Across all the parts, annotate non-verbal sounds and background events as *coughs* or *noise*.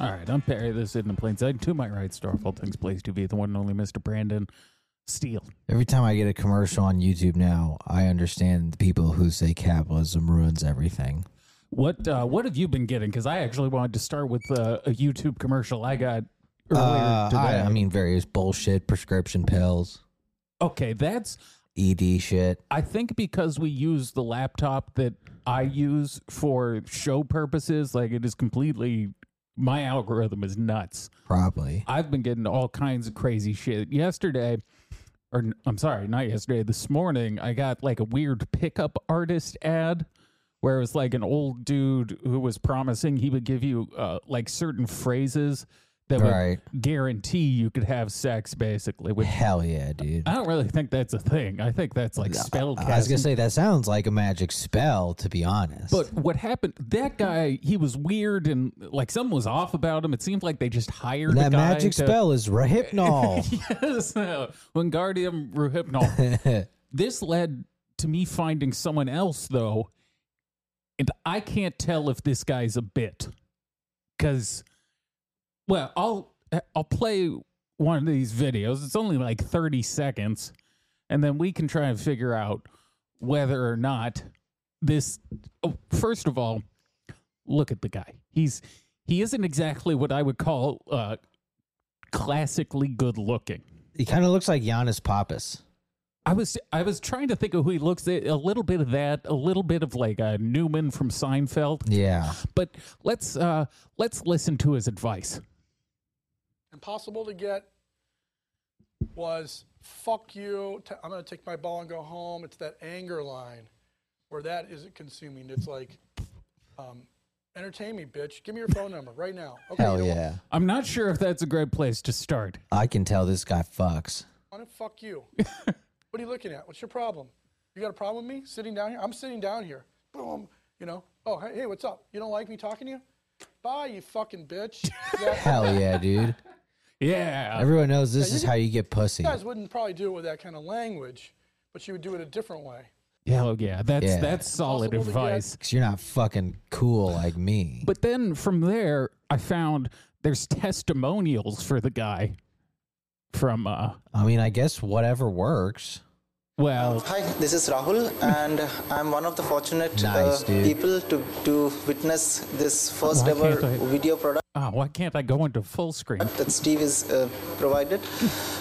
All right, I'm Perry. This is in plain sight. To my right, star of all things, please to be the one and only Mr. Brandon Steele. Every time I get a commercial on YouTube now, I understand the people who say capitalism ruins everything. What uh, what have you been getting? Because I actually wanted to start with uh, a YouTube commercial I got earlier Uh, today. I, I mean, various bullshit, prescription pills, okay, that's ED shit. I think because we use the laptop that I use for show purposes, like it is completely my algorithm is nuts. Probably. I've been getting all kinds of crazy shit. Yesterday, or n- I'm sorry, not yesterday, this morning, I got like a weird pickup artist ad where it was like an old dude who was promising he would give you uh, like certain phrases that would Right. guarantee you could have sex, basically. Which Hell yeah, dude. I don't really think that's a thing. I think that's like spell I was casting. gonna say that sounds like a magic spell, to be honest. But what happened? That guy, he was weird and like something was off about him. It seemed like they just hired a that guy magic to- spell is *laughs* Rehypnol. yes, uh, Wingardium Ruhypnol. this led to me finding someone else though, and I can't tell if this guy's a bit because, well, I'll I'll play one of these videos. It's only like thirty seconds, and then we can try and figure out whether or not this. Oh, first of all, look at the guy. He's he isn't exactly what I would call uh, classically good looking. he kind of looks like Giannis Pappas. I was I was trying to think of who he looks at. A little bit of that, a little bit of like uh, Newman from Seinfeld. Yeah. But let's uh, let's listen to his advice. impossible to get was fuck you t- i'm going to take my ball and go home it's that anger line where that isn't consuming it's like um, entertain me bitch give me your phone number right now okay Hell you yeah. I'm not sure if that's a great place to start. I can tell this guy fucks. want to fuck *laughs* you what are you looking at what's your problem you got a problem with me sitting down here i'm sitting down here boom you know oh hey, hey what's up you don't like me talking to you bye you fucking *laughs* bitch Yeah. Hell yeah, dude. Yeah, Everyone knows this is how you get pussy. you guys wouldn't probably do it with that kind of language but you would do it a different way hell yeah. That's Yeah. that's solid Impossible to get. advice. 'Cause you're not fucking cool like me. But then from there, I found there's testimonials for the guy from uh, I mean, I guess whatever works. well, Hi, this is Rahul, and I'm one of the fortunate Nice, uh, dude. people to, to witness this first Why ever can't I- video product oh, why can't I go into full screen? that Steve is uh, provided.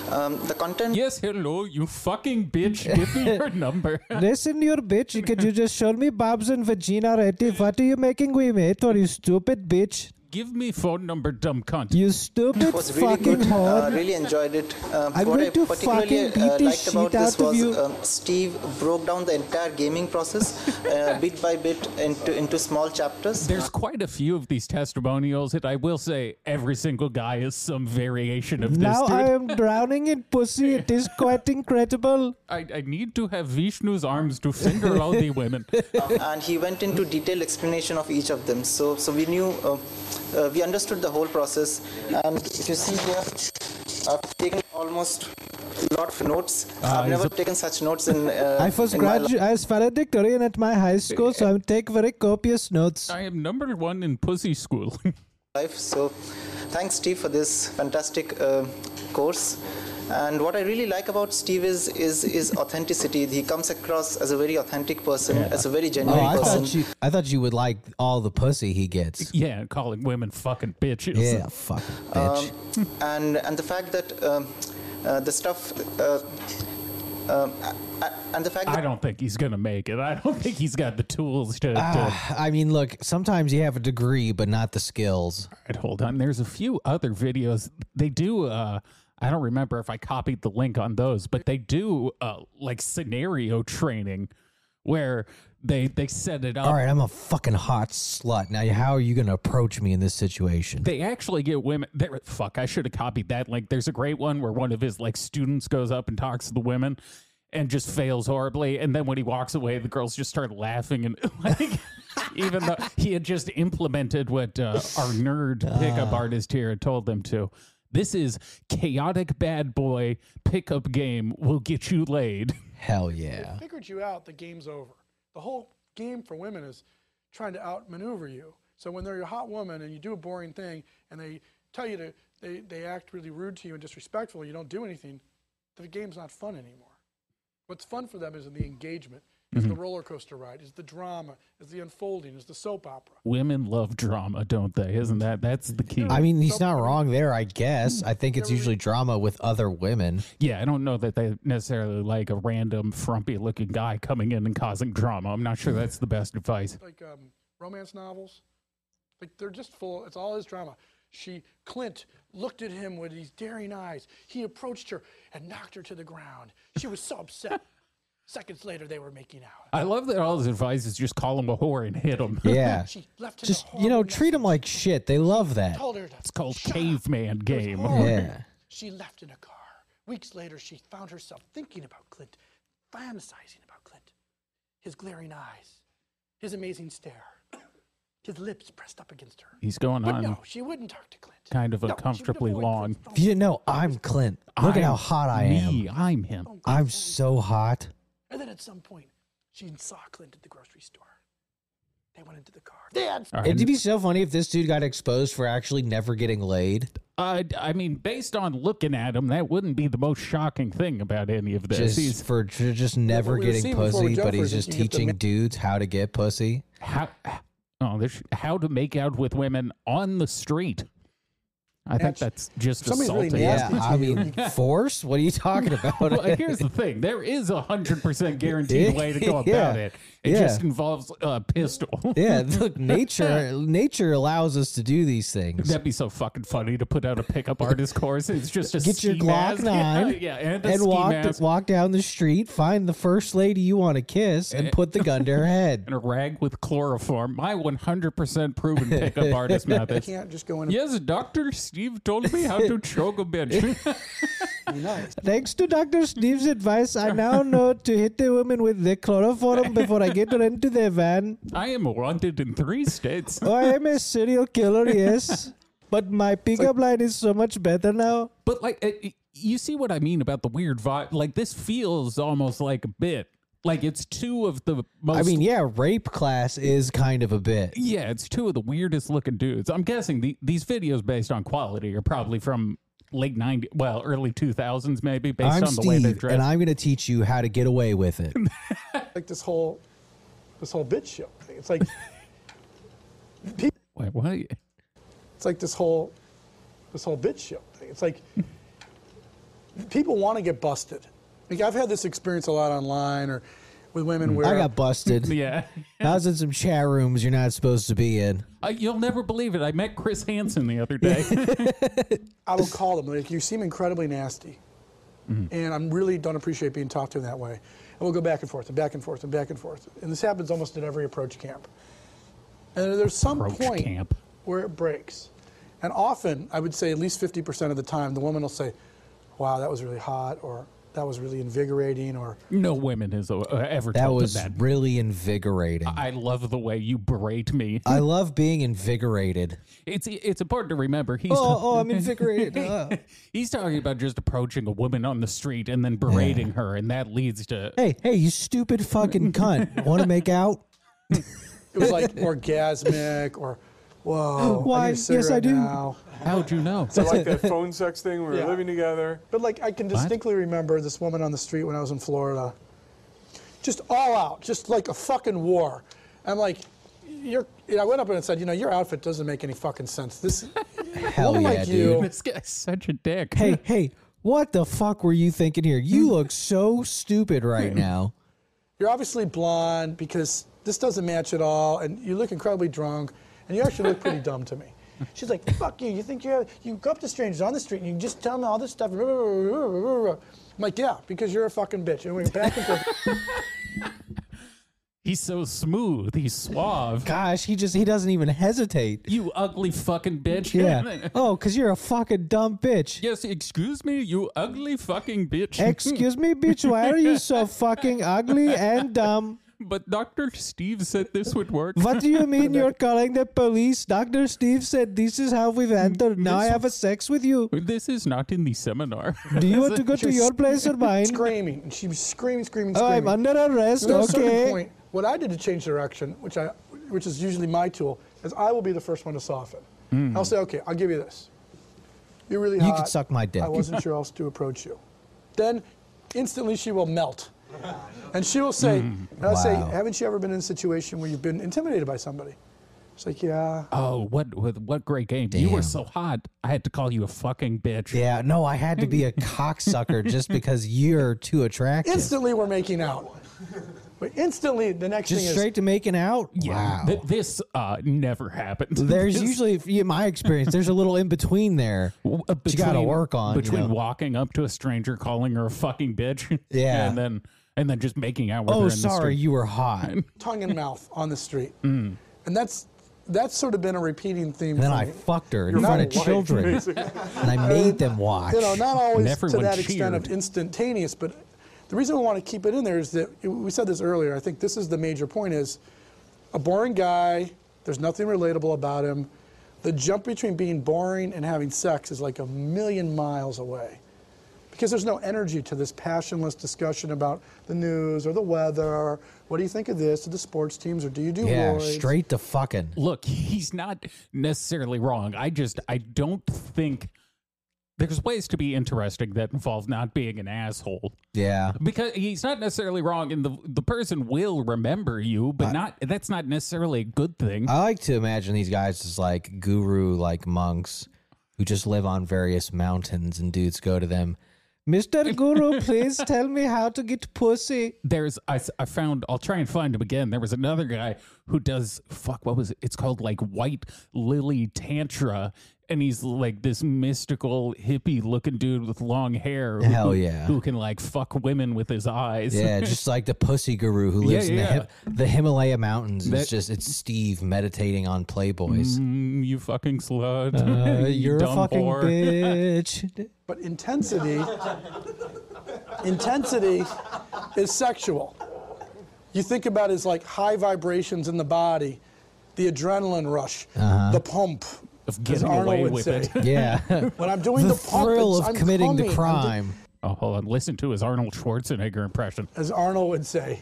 Um, the content Yes, hello, you fucking bitch. Give *laughs* me your number. Listen, you bitch. Could you just show me Bob's and Vagina already? What are you making we mate or you stupid bitch? Give me phone number, dumb cunt. You stupid was really good. Uh, really enjoyed it. Um, I'm what going I to particularly fucking uh, beat the liked about shit this out of was you. um, Steve broke down the entire gaming process uh, bit by bit into, into small chapters. There's quite a few of these testimonials, and I will say every single guy is some variation of this dude. am drowning in pussy. It is quite incredible. I, I need to have Vishnu's arms to *laughs* finger all the women. *laughs* and he went into detailed explanation of each of them. So, so we knew, uh, uh, we understood the whole process. And if you see here, I've taken almost a lot of notes. I've he's never a- taken such notes in. Uh, Ah, I was in my life. gradu- I was valedictorian at my high school, so I take very copious notes. I am number one in pussy school. *laughs* life. So, thanks, Steve, for this fantastic uh, course. And what I really like about Steve is is is authenticity. He comes across as a very authentic person, as a very Oh, genuine I person. thought you. I thought you would like all the pussy he gets. yeah, calling women fucking bitches. *laughs* Yeah, fucking Uh, bitch. Um, and and the fact that um, uh, the stuff. Uh, um, a- a- and the fact I that don't think he's gonna make it. I don't think he's got the tools to. to Ah, I mean, look. Sometimes you have a degree, but not the skills. Alright, hold on. There's a few other videos. They do. Uh, I don't remember if I copied the link on those, but they do uh, like scenario training where They they set it up. All right, I'm a fucking hot slut. Now, how are you going to approach me in this situation? They actually get women. There, fuck, I should have copied that. Like, there's a great one where one of his like students goes up and talks to the women, and just fails horribly. And then when he walks away, the girls just start laughing and *laughs* like, even though he had just implemented what uh, *sighs* our nerd pickup artist here had told them to. This is chaotic bad boy pickup game will get you laid. Hell yeah. figured you out, the game's over. The whole game for women is trying to outmaneuver you. So when they're your hot woman and you do a boring thing and they tell you to, they, they act really rude to you and disrespectful, you don't do anything, the game's not fun anymore. What's fun for them is the engagement, is the roller coaster ride, is the drama, is the unfolding, is the soap opera. Women love drama, don't they? Isn't that that's the key? I mean, he's not wrong there, I guess. I think it's usually drama with other women. Yeah, I don't know that they necessarily like a random frumpy looking guy coming in and causing drama. I'm not sure that's the best advice. Like um, romance novels, like they're just full. It's all his drama. She, Clint, looked at him with these daring eyes. He approached her and knocked her to the ground. She was so upset. *laughs* Seconds later, they were making out. I love that all his advice is just call him a whore and hit him. *laughs* Yeah. She left him. a Just, you horrible know, mess. treat them like shit. They love that. Told her to It's called shut up. caveman It was game. horrible. Yeah. She left in a car. Weeks later, she found herself thinking about Clint, fantasizing about Clint. His glaring eyes, his amazing stare, *coughs* his lips pressed up against her. He's going But on no, she wouldn't talk to Clint. kind of No, she would uncomfortably avoid long. Clint's If you didn't know, I'm Clint. Look at I'm how hot I am. Me, I'm him. I'm so hot. And then at some point, she saw Clint at the grocery store. They went into the car. They had All right. It'd be so funny if this dude got exposed for actually never getting laid. Uh, I mean, based on looking at him, that wouldn't be the most shocking thing about any of this. He's- Just for ju- just never we were getting seeing before pussy, with but he's Jeffers is just you get the teaching ma- dudes how to get pussy. how oh there's how to make out with women on the street i think that's just somebody's really assaulting Yeah, nasty I mean, *laughs* force? What are you *laughs* talking well, about? here's the thing there is a hundred *laughs* percent guaranteed way to go about Yeah, it it yeah. just involves a pistol *laughs* yeah, *laughs* look, nature nature allows us to do these things. That'd be so fucking *laughs* funny to put out a pickup artist course. It's just a Get your ski Glock mask. nine *laughs* yeah, and, a and ski walk mask walk down the street, find the first lady you want to kiss, Eh. and put the *laughs* gun to her head. and a rag with chloroform. My one hundred percent proven *laughs* *laughs* pickup artist method. can't just go in and Yes, Doctor Steve told me how to choke a bitch. *laughs* be nice. Thanks to Dr. Steve's advice, I now know to hit the women with the chloroform before I get her into their van. I am wanted in three states. Oh, I am a serial killer, yes. But my pickup line is so much better now. But like, it, it- you see what I mean about the weird vibe? Like this feels almost like a bit. Like it's two of the most. I mean, yeah, rape class is kind of a bit. yeah, it's two of the weirdest looking dudes. I'm guessing the, these videos based on quality are probably from late 90s, well, early 2000s maybe, based I'm on the way they're Steve, dressed. and I'm going to teach you how to get away with *laughs* it. *laughs* Like this whole, this whole bitch show thing. It's like, *laughs* Wait, what? it's like this whole, this whole bitch show thing. It's like, people want to get busted. Like I've had this experience a lot online or with Hmm. women where I got busted. *laughs* Yeah. I was in some chat rooms you're not supposed to be in. I, you'll never believe it. I met Chris Hansen the *laughs* other day. I will call them. Like, you seem incredibly nasty. Mm-hmm. And I am really don't appreciate being talked to in that way. And we'll go back and forth and back and forth and back and forth. And this happens almost at every approach camp. And there's some Approach point camp. where it breaks. And often, I would say at least 50% of the time, the woman will say, Wow, that was really hot, or that was really invigorating, or no women has uh, ever That told him was that. really invigorating. I, I love the way you berate me. love being invigorated. It's it's important to remember he's Oh, oh, *laughs* I'm invigorated. Uh. He's talking about just approaching a woman on the street and then berating her, and that leads to Hey, hey, you stupid fucking *laughs* cunt. Want to make out? it *laughs* was like orgasmic, or Whoa, I Why, need a yes, I cigarette do. Now. how'd you know? So like that phone sex thing, we were Yeah. living together. But like I can distinctly remember this woman on the street when I was in Florida. Just all out, just like a fucking war. I'm like, you're. And I went up and I said, you know, your outfit doesn't make any fucking sense. This *laughs* Hell woman yeah, like dude. you. This guy's such a dick. Hey, hey, what the fuck were you thinking here? *laughs* You look so stupid right now. *laughs* You're obviously blonde because this doesn't match at all, and you look incredibly drunk, and you actually look pretty dumb *laughs* to me. She's like, fuck you. You think you're you go up to strangers on the street and you just tell them all this stuff. *laughs* I'm like, yeah, because you're a fucking bitch. And we went back and forth. He's so smooth. He's suave. Gosh, he just he doesn't even hesitate. You ugly fucking bitch. *laughs* Yeah. Oh, cause you're a fucking dumb bitch. yes, excuse me, you ugly fucking *laughs* bitch. Excuse me, bitch. Why are *laughs* you so fucking ugly and dumb? but Dr. Steve said this would work. What do you mean you're calling the police? Dr. Steve said this is how we've entered. Now I have a sex with you. *laughs* This is not in the seminar. Do you want to go to your place or mine? Screaming. And she was screaming, screaming, Oh, screaming. I'm under arrest. And at a certain Okay. point, what I did to change direction, which I, which is usually my tool, is I will be the first one to soften. I'll say, okay, I'll give you this. You're really Hmm. You hot. could suck my dick." I wasn't sure else to approach you. Then, instantly, she will melt, *laughs* and she will say, Hmm. and I'll say, Wow. haven't you ever been in a situation where you've been intimidated by somebody? It's like, yeah. oh, what what, what great game. You were so hot, I had to call you a fucking bitch. Yeah, no, I had to be a cocksucker *laughs* just because you're too attractive. Instantly, we're making out. But instantly, the next just thing is straight to making out. Yeah, Wow. th- this uh, never happened. there's This- usually, in my experience, there's a little in between there. w- uh, you gotta work on, you between know. walking up to a stranger, calling her a fucking bitch, *laughs* Yeah. and then and then just making out with her. Oh, in sorry, the street. Mm. you were hot. *laughs* And tongue and mouth on the street. And that's that's sort of been a repeating theme. then for I me. fucked her in You're front not of white, *laughs* children, basically. and I made them watch. you know, not always to everyone that extent of cheered. instantaneous, but the reason we want to keep it in there is that we said this earlier. I think this is the major point: is a boring guy. There's nothing relatable about him. The jump between being boring and having sex is like a million miles away, because there's no energy to this passionless discussion about the news or the weather. Or what do you think of this? Or the sports teams? Or do you do yeah, roids? straight to fucking. Look, he's not necessarily wrong. I just I don't think there's ways to be interesting that involve not being an asshole. Yeah. Because he's not necessarily wrong, and the the person will remember you, but not that's not necessarily a good thing. I like to imagine these guys as like guru like monks who just live on various mountains and dudes go to them. Mr. Guru, please tell me how to get *laughs* pussy. there's I, s- I found I'll try and find him again. There was another guy who does fuck what was it? It's called like white lily tantra and he's like this mystical hippie looking dude with long hair who- Hell who, yeah. who can like fuck women with his eyes. *laughs* Yeah, just like the pussy guru who lives in the, yeah. Him- the Himalaya mountains. That- it's just it's Steve meditating on Playboys. Mm, you fucking slut. Uh, *laughs* You you're a dumb fucking whore. bitch. But intensity, intensity is sexual. You think about it as like high vibrations in the body, the adrenaline rush, Uh-huh. the pump. *laughs* Of as getting Arnold away would with say. it. Yeah. *laughs* When I'm doing the the, pump, thrill it's- I'm of committing humming, the I'm crime. Oh, hold on. Listen to his Arnold Schwarzenegger impression. do- as Arnold would say,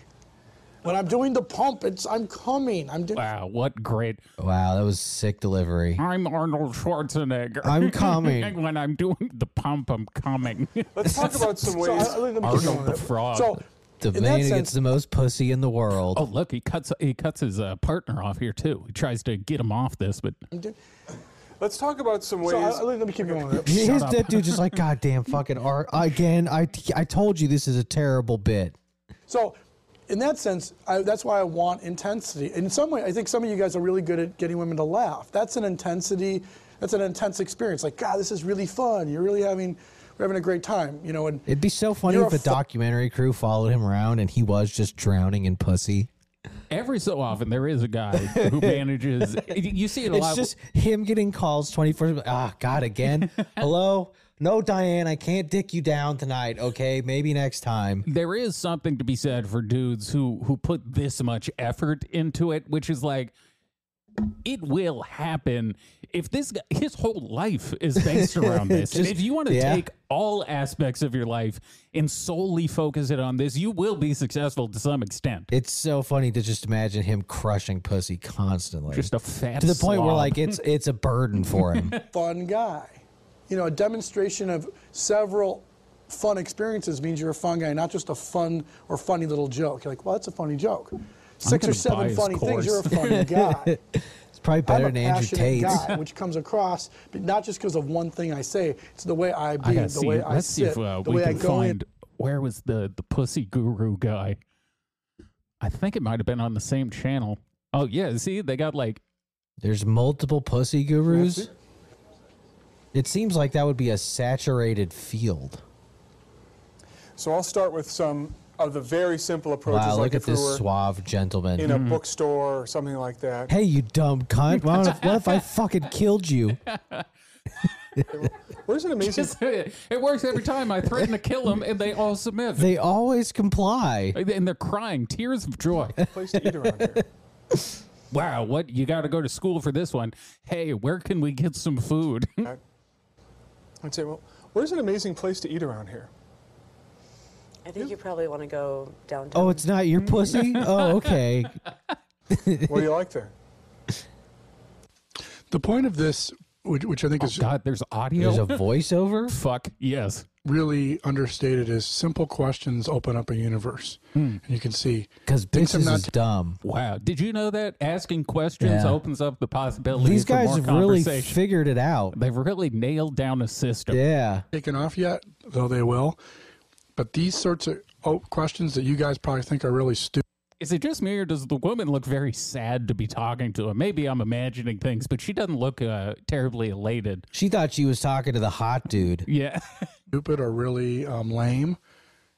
when I'm doing the pump, it's I'm coming. I'm doing. Wow, what great. Wow, that was sick delivery. I'm Arnold Schwarzenegger. I'm *laughs* coming. when I'm doing the pump, I'm coming. Let's *laughs* talk about some So, ways. I- let me keep Arnold going the with it. Frog. So, The in man that who sense, gets the most pussy in the world. Oh, look, he cuts he cuts his uh, partner off here too. He tries to get him off this, but Let's talk about some ways. so I- let me keep going. With it. His that dude *laughs* just *laughs* like goddamn fucking art again. I I told you this is a terrible bit. So, in that sense, I, that's why I want intensity. In some way, I think some of you guys are really good at getting women to laugh. That's an intensity. That's an intense experience. Like, God, this is really fun. You're really having, we're having a great time. You know, and It'd be so funny You're if a a fu- documentary crew followed him around and he was just drowning in pussy. every so often there is a guy who manages. you see it a It's lot. just him getting calls twenty four. Ah, God, again. *laughs* Hello. No, Diane, I can't dick you down tonight. Okay, maybe next time. there is something to be said for dudes who who put this much effort into it, which is like it will happen if this guy, his whole life is based around this. and if you want to yeah. take all aspects of your life and solely focus it on this, you will be successful to some extent. It's so funny to just imagine him crushing pussy constantly Just a fat to the point where slob. like it's it's a burden for *laughs* him. *laughs* fun guy. You know, a demonstration of several fun experiences means you're a fun guy, not just a fun or funny little joke. You're like, well, that's a funny joke. Six or gonna buy seven his funny course. things. You're a *laughs* funny guy. It's probably better I'm than a Andrew passionate Tate. guy, which comes across, but not just because of one thing I say. It's the way I I be, gotta the see. way I Let's see sit, if uh, the we way I can go in. find where was the the pussy guru guy. I think it might have been on the same channel. Oh yeah, see, they got like There's multiple pussy gurus. It seems like that would be a saturated field. So I'll start with some of the very simple approaches. Wow, like look at if we this Mm-hmm. were suave gentleman. in a Mm-hmm. bookstore or something like that. hey, you dumb cunt. What if, what *laughs* if I fucking killed you? Where's an amazing? it works every time. I threaten to kill them, and they all submit. They always comply. and they're crying tears of joy. place to eat around here. wow, what you got to go to school for this one? Hey, where can we get some food? I'd say, well, where's an amazing place to eat around here? I think you probably want to go downtown. Oh, it's not your pussy? Oh, okay. What do Oh, you like there? *laughs* The point of this, which, which I think is Oh, God, there's audio. There's a *laughs* voiceover? Fuck *laughs* yes. really understated, is simple questions open up a universe, and you can see Because Things are bitches not- is dumb. Hmm. Wow. Did you know that asking questions Yeah. opens up the possibility These for guys more really conversation? figured it out. They've *laughs* really nailed down a system. Yeah. taken off yet, though they will. But these sorts of oh, questions that you guys probably think are really stupid. Is it just me or does the woman look very sad to be talking to him? Maybe I'm imagining things, but she doesn't look uh, terribly elated. She thought she was talking to the hot dude. Yeah. *laughs* stupid or really um, lame,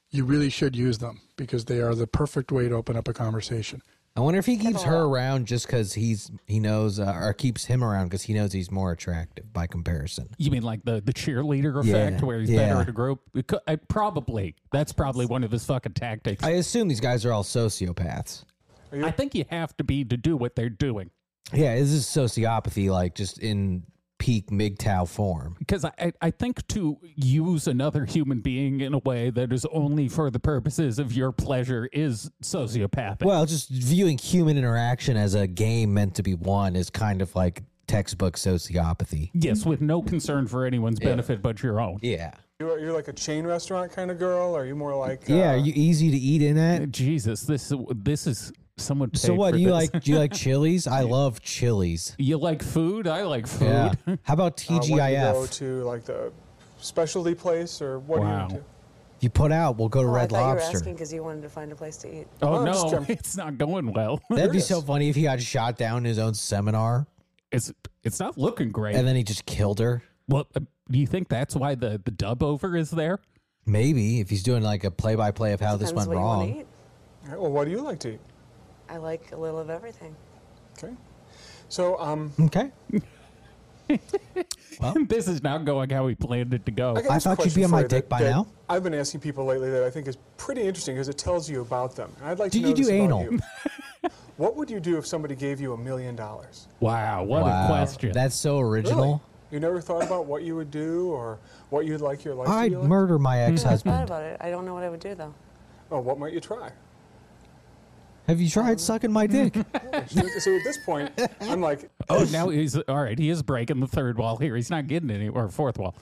you really should use them because they are the perfect way to open up a conversation. *laughs* I wonder if he keeps her around just because he's he knows uh, or keeps him around because he knows he's more attractive by comparison. You mean like the, the cheerleader Yeah, effect where he's better yeah. at a group? It cou- I probably. That's probably one of his fucking tactics. I I, assume these guys are all sociopaths. think you have to be to do what they're doing. Yeah, this is sociopathy, like just in peak MGTOW form. Because I, I, I think to use another human being in a way that is only for the purposes of your pleasure is sociopathic. Well, just viewing human interaction as a game meant to be won is kind of like textbook sociopathy. yes, with no concern for anyone's benefit but your own. Yeah. You're, you're like a chain restaurant kind of girl, or are you more like? Yeah, uh, are you easy to eat in at? Jesus, this this is someone. So paid what for do you this. like? Do *laughs* you like chilies? I love chilies. You like food? I like food. Yeah. *laughs* How about uh, when you go TGIF? to like the specialty place, or what Wow. do you do? You put out, we'll go to Oh, I Red thought you were Lobster. asking because you wanted to find a place to eat. Oh I'm just no, trying- *laughs* it's not going well. That'd be There it so is. funny if he got shot down in his own seminar it's it's not looking great. and then he just killed her. well, uh, do you think that's why the the dub over is there? Maybe if he's doing like a play by play of Oh, how this Depends what went You wrong. want to eat. Okay, Well, what do you like to eat? I like a little of everything. Okay. So, um, Okay. *laughs* this is not going how we planned it to go. Oh. I, got I this thought you'd question be on for my you dick that- by that now. I've been asking people lately that I think is pretty interesting because it tells you about them. And I'd like Do to know you do this about anal? you. *laughs* what would you do if somebody gave you a million dollars? Wow, what a question! That's so original. You never thought about what you would do or what you'd like your life I'd to be like? murder my ex Hmm. I thought husband. about it. I don't know what I would do though. Oh, what might you try? Have you tried sucking my *laughs* dick? so so at this point, *laughs* I'm like, oh, now he's all right. He is breaking the third wall here. He's not getting any or fourth wall.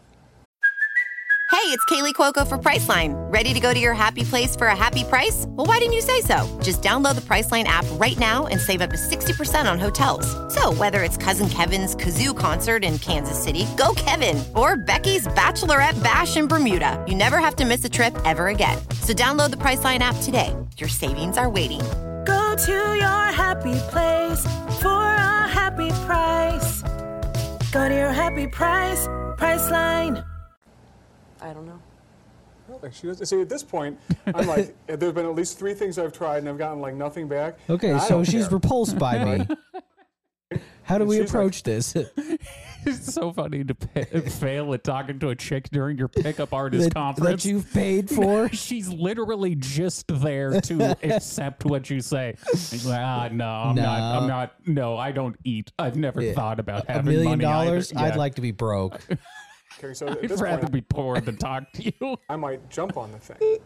Hey, it's Kaylee Cuoco for Priceline. Ready to go to your happy place for a happy price? Well, why didn't you say so? Just download the Priceline app right now and save up to 60% on hotels. So, whether it's Cousin Kevin's Kazoo concert in Kansas City, go Kevin, or Becky's Bachelorette Bash in Bermuda, you never have to miss a trip ever again. So, download the Priceline app today. Your savings are waiting. Go to your happy place for a happy price. Go to your happy price, Priceline. I don't know. I don't think she does. See, at this point, I'm like, *laughs* there have been at least three things I've tried and I've gotten like nothing back. Okay, and I so don't she's care. repulsed by *laughs* me. *laughs* How do we She's like- approach this? *laughs* It's so funny to pa fail at talking to a chick during your pickup artist that, conference. that you've paid for? *laughs* *laughs* She's literally just there to accept what you say. She's like, ah, no, I'm not. I'm No. not. No, I don't eat. I've never thought about A having million money either." dollars? Yeah. I'd like to be *laughs* broke. Okay, so at I'd this rather point, be poor than talk to you. *laughs* I might jump on the thing,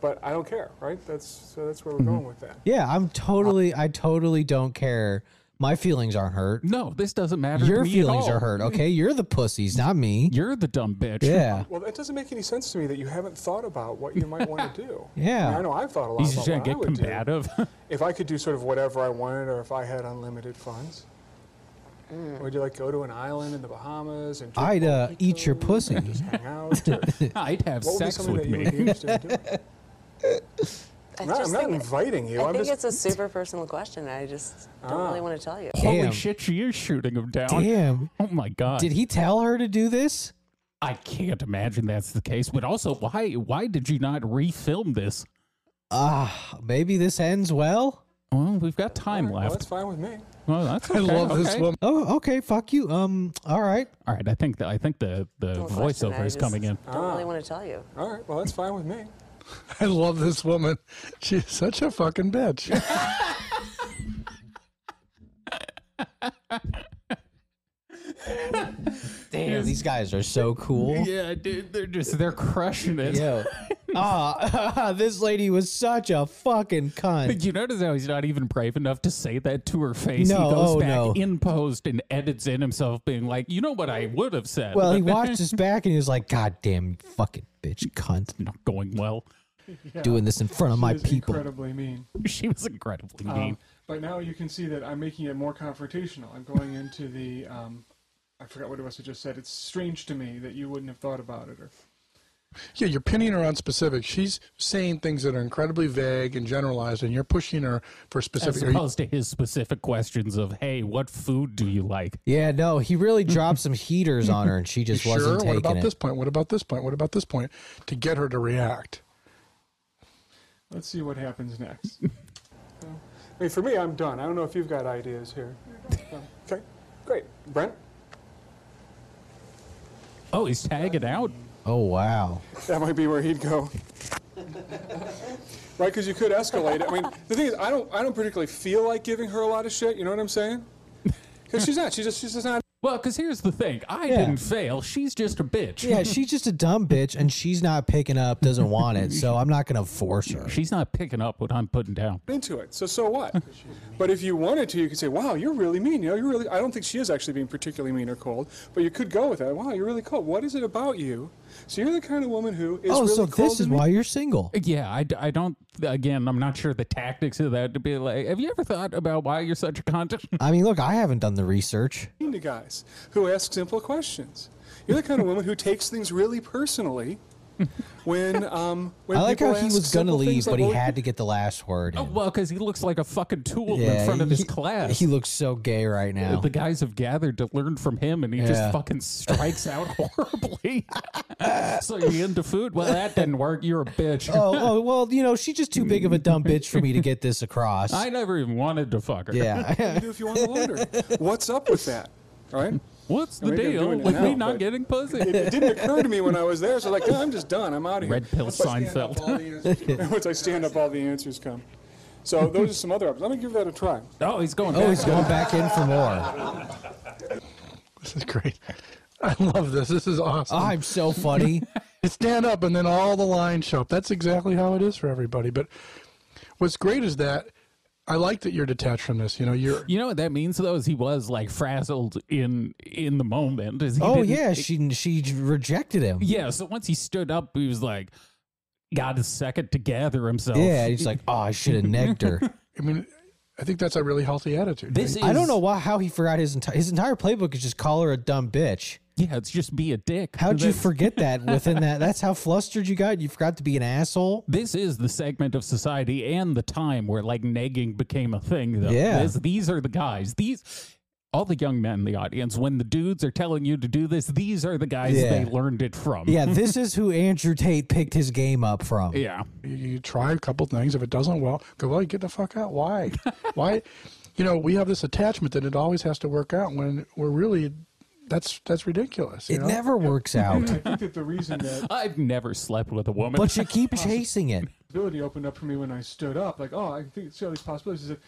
but I don't care, right? That's so that's Mm-hmm. where we're going with that. Yeah, I'm totally, I totally don't care. My feelings aren't hurt. No, this doesn't matter. to Your me at feelings are all. hurt, okay? You're the pussies, not me. You're the dumb bitch. *laughs* Yeah. Uh, Well, that doesn't make any sense to me that you haven't thought about what you might *laughs* want to do. Yeah. I, mean, I know I've thought a lot He's about just what gonna Oh, I get would combative. do. If I could do sort of whatever I wanted, or if I had unlimited funds, would you like go to an island in the Bahamas and drink *laughs* I'd uh, eat your mojitos pussy. and just hang out? or- *laughs* I'd have what would be sex something with that you me. would be interested *laughs* in doing? I I'm not, I'm just not think, inviting you. I am think just. Ah. it's a super personal question. I just don't really want to tell you. Holy Damn. shit, she is shooting him down. Damn. Oh my god. Did he tell her to do this? I can't imagine that's the case. But also, why why did you not refilm this? Ah, maybe this ends well. Well, we've got time Well, that's fine with me. Well, that's I okay, love this okay. *laughs* woman. Oh, okay. Fuck you. Um. All right. All right, I think the, I think the the Oh, Don't question that, voiceover I is just coming in. Don't really want to tell you. Ah. All right. Well, that's fine with me. I love this woman. She's such a fucking *laughs* bitch. Damn, these guys are so cool. Yeah, dude, they're just they're crushing it. *laughs* Yo. Ah, *laughs* this lady was such a fucking cunt. Did *laughs* you notice how he's not even brave enough to say that to her face? No, he goes oh, back no. in post and edits in himself being like, you know what I would have said. Well, but *laughs* he that watched us back and he was like, "God damn, you fucking bitch, cunt, not going well. doing this in front of my It's people." incredibly mean. *laughs* She was incredibly Um, mean. but now you can see that I'm making it more confrontational. I'm going into the. Um, I forgot what it was I just said. It's strange to me that you wouldn't have thought about it. Or Yeah, you're pinning her on specifics. She's saying things that are incredibly vague and generalized, and you're pushing her for As specific. Are you- opposed to his specific questions of, hey, what food do you like? Yeah, no, he *laughs* really dropped some heaters on her, and she just sure. wasn't What taking about it. this point? What about this point? What about this point? To get her to react. let's see what happens next. Well, I mean, for me, I'm done. I don't know if you've got ideas *laughs* here. Um, okay, great, Brent. Oh, he's tagging out? Oh wow, That might be where he'd go. *laughs* right, because you could escalate it. I mean, the thing is, I don't, I don't particularly feel like giving her a lot of shit. You know what I'm saying? Because she's not. She's just, she's just not. Well, because here's the thing I Yeah. didn't fail. She's just a bitch. yeah, she's just a dumb bitch, and she's not picking up, doesn't want it, so I'm not gonna force her. She's not picking up what I'm putting down. into it. So so what? but if you wanted to, you could say, "Wow, you're really mean." You know, you're really. I don't think she is actually being particularly mean or cold, but you could go with that. Wow, you're really cold. What is it about you? So you're the kind of woman who is oh, really so cold. this is and mean. why you're single. Yeah, I, d- I don't, again, I'm not sure the tactics of that to be like, have you ever thought about why you're such a content? *laughs* I mean, look, I haven't done the research. mean to guys who ask simple questions. You're the kind of woman who takes things really *laughs* personally. When um, when I like how people he ask was gonna simple leave, things like, but he "Well, had to get the last word. Oh, in. well, because he looks like a fucking tool Yeah, Oh, in front of his he- class. He looks so gay right now. the guys have gathered to learn from him, and he Yeah. just fucking *laughs* strikes out horribly. *laughs* so you into food? Well, that didn't work. You're a bitch. *laughs* oh, oh, *laughs* well, you know, she's just too big of a dumb bitch for me to get *laughs* this across. I never even wanted to fuck her. yeah. do if you want to load her. What's up with that? All right. What's the I mean, I'm deal doing it with me now, not but- getting pussy? It didn't occur to me when I was there, so like, "Yeah, I'm just done. I'm out of here. Red pill *laughs* Seinfeld. Once I stand up, all the answers come. So those are some other options. I'm gonna give that a try. *laughs* Oh, he's going. Oh, back. he's going back in for more. *laughs* This is great. I love this. This is awesome. Oh, I'm so funny. *laughs* It's stand up and then all the lines show up. That's exactly how it is for everybody. But what's great is that I like that you're detached from this. You know, you're You know what that means though is he was like frazzled in in the moment. Is he Oh didn't- e yeah, she she rejected him. yeah. So once he stood up, he was like, got a second to gather himself. Yeah, he's like, oh, I should have negged her. *laughs* I mean, I think that's a really healthy attitude. This is I don't know why how he forgot his entire his entire playbook is just call her a dumb bitch. Yeah, it's just be a dick. How'd you *laughs* That's- forget that within that? That's how flustered you got. You forgot to be an asshole. This is the segment of society and the time where like negging became a thing. Though. Yeah. This- these are the guys. These, all the young men in the audience, when the dudes are telling you to do this, these are the guys Yeah. they learned it from. Yeah, this is who Andrew Tate picked his game up from. *laughs* Yeah. You, you try a couple things. If it doesn't, well, go, well, get the fuck out. Why? Why? You know, we have this attachment that it always has to work out when we're really, that's that's ridiculous. You It know? never works out, I think that the reason that *laughs* I've never slept with a woman. but you *laughs* keep chasing it. possibility opened up for me when I stood up, like, oh, I think see all these possibilities is that,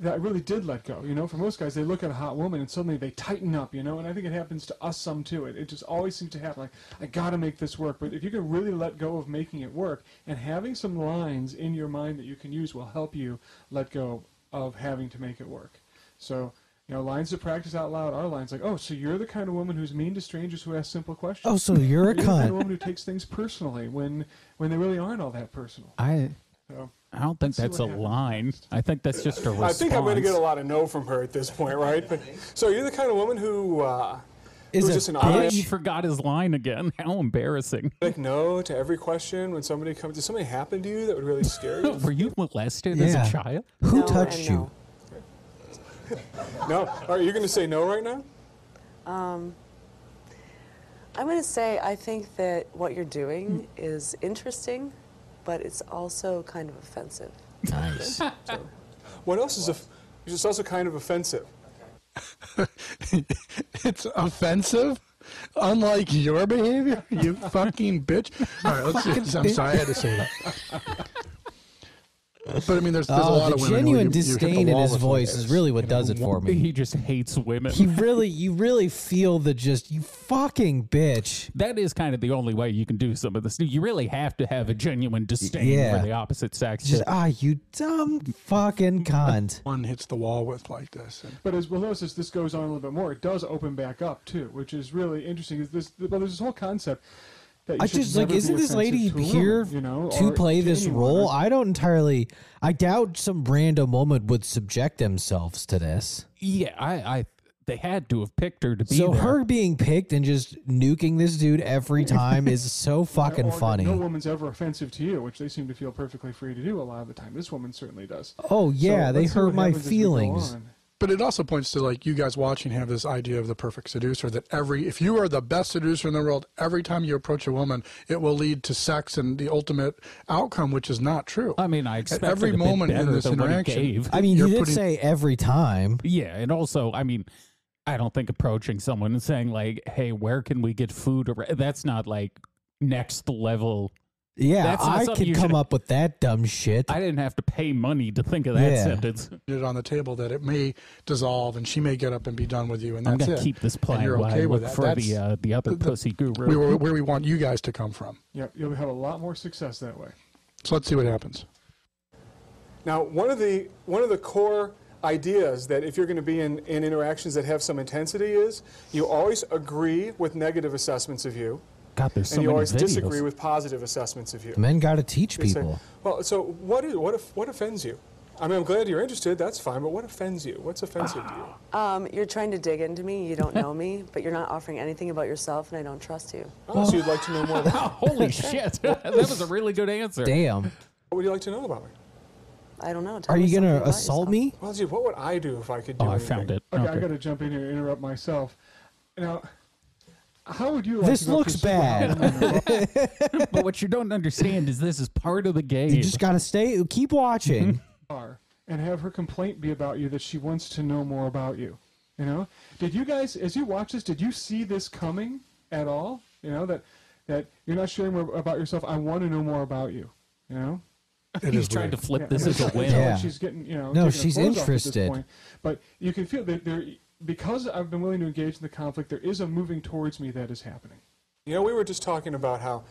that I really did let go. You know, for most guys, they look at a hot woman and suddenly they tighten up. You know, and I think it happens to us some too. It, it just always seems to happen. Like, I gotta make this work. But if you can really let go of making it work and having some lines in your mind that you can use will help you let go of having to make it work. So. You know, lines to practice out loud are lines like, "Oh, so you're the kind of woman who's mean to strangers who ask simple questions." Oh, so you're a You're the kind of cunt. woman who takes things personally when when they really aren't all that personal. I, So- I don't think that's what a happens. line. I think that's just a I response. think I'm going to get a lot of no from her at this point, right? But, so you're the kind of woman who uh, Is who's a just an Oh, eye- he forgot his line again. *laughs* How embarrassing. like no to every question when somebody comes. Did something happen to you that would really scare *laughs* you? Were you molested Yeah. as a child? Who No touched and you? no. no. Are you going to say no right now? Um, Hmm. I'm going to say I think that what you're doing is interesting but it's also kind of offensive. Nice. What else is off- it's also kind of offensive? *laughs* it's offensive. Unlike your behavior, *laughs* you fucking bitch. All right, let's Fucking see. I'm sorry, I had to say that. But I mean, there's, there's a Oh, lot the of women. who genuine you- you hit the disdain in wall his with voice like, is really what does it for me. He just hates women. He really, you really feel the just you fucking bitch. that is kind of the only way you can do some of this. You really have to have a genuine disdain Yeah. for the opposite sex. Just ah, you dumb fucking cunt. one hits the wall with like this. And But as we'll notice, as this goes on a little bit more, it does open back up too, which is really interesting. Is this well, there's this whole concept. That you I should just like, never be isn't this lady offensive to a here woman, you know, to or play to this anyone, or role? I don't entirely. I doubt some random woman would subject themselves to this. yeah, I, I, they had to have picked her to be so there. her being picked and just nuking this dude *laughs* every time is so fucking or that funny. No woman's ever offensive to you, which they seem to feel perfectly free to do a lot of the time. This woman certainly does. Oh yeah, So they let's see hurt what my happens as we go feelings. on. but it also points to like you guys watching have this idea of the perfect seducer that every if you are the best seducer in the world, every time you approach a woman, it will lead to sex and the ultimate outcome, which is not true. I mean, I expected every a bit moment in better this than what he interaction- gave. I mean, You're you did putting- say every time. Yeah, and also, I mean, I don't think approaching someone and saying like, "Hey, where can we get food?" Or that's not like next level. Yeah, That's not I something could you come should- up with that dumb shit. I didn't have to pay money to think of that Yeah. sentence. it on the table that it may dissolve and she may get up and be done with you and I'm that's gonna it. keep this And playing you're while okay I with look that. for That's the uh, the other pussy guru. we were, where we want you guys to come from. Yeah, you'll have a lot more success that way. So let's see what happens. Now, one of the one of the core ideas that if you're going to be in, in interactions that have some intensity is you always agree with negative assessments of you, God, there's so and you many always videos. disagree with positive assessments of you. Men got to teach They say, people. well, so what is, what if, what offends you? I mean, I'm glad you're interested. That's fine, but what offends you? What's offensive to you? Um, you're trying to dig into me. You don't know me, but you're not offering anything about yourself, and I don't trust you. Oh, so you'd like to know *laughs* more about? *laughs* Holy shit, that was a really good answer. Damn, What would you like to know about me? I don't know. Tell are me you gonna something about assault yourself. me? Well, gee, what would I do if I could do Oh, I anything? found it. Okay, I Okay. got to jump in here and interrupt myself. Now, how would you? Like This to go looks pursue a bad. woman? *laughs* But what you don't understand is this is part of the game. You just got to stay. *laughs* Keep watching. bar and have her complaint be about you that she wants to know more about you. You know, did you guys, as you watch this, did you see this coming at all? You know that that you're not sharing more about yourself. I want to know more about you. You know, He's trying to flip *laughs* Yeah, this I mean, as a it's not- win. it's not like Yeah. she's getting you know. taking No, her she's clothes off at this interested. point, but you can feel that there, because I've been willing to engage in the conflict, there is a moving towards me that is happening. You know, we were just talking about how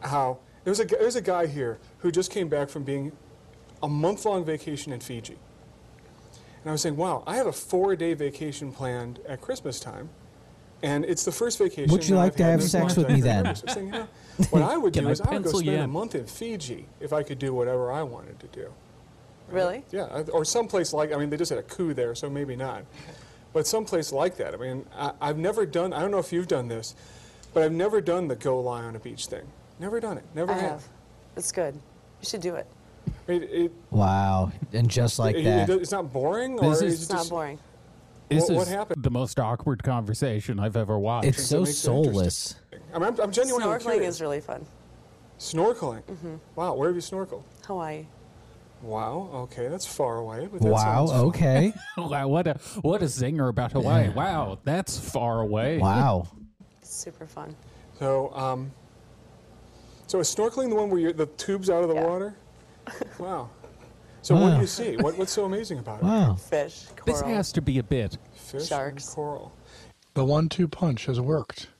how there was a gu- there's a guy here who just came back from being a month long vacation in Fiji, and I was saying, wow, I have a four day vacation planned at Christmas time, and it's the first vacation. Would you that like I've to had have this month sex with that I me can then? remember." So I was thinking, you know, what I would Can do I is I would go pencil you spend a in? month in Fiji if I could do whatever I wanted to do. Really? Yeah, I- or someplace like, I mean, they just had a coup there, so maybe not. But someplace like that. I mean, I, I've never done, I don't know if you've done this, but I've never done the go lie on a beach thing. Never done it. Never I have. It's good. You should do it. I mean, it, Wow, and just like it- that. it's not boring, or This is- it's It's not just- boring. This What- is what happened? the most awkward conversation I've ever watched. It's so makes it interesting. soulless. I mean, I'm, I'm genuinely Snorkeling curious. is really fun. Mm-hmm. Snorkeling. Wow, where have you snorkeled? Hawaii. Wow, okay, that's far away. But that Wow. sounds fun. *laughs* Okay. *laughs* wow, what a what a zinger about Hawaii. Wow, that's far away. *laughs* wow. It's super fun. So, um, so is snorkeling the one where you're, the tube's out of the Yeah. *laughs* water? Wow. So what do you see? What, what's so amazing about it? Wow. Fish, coral. This has to be a bit. Fish Sharks. and coral. The one-two punch has worked. *laughs*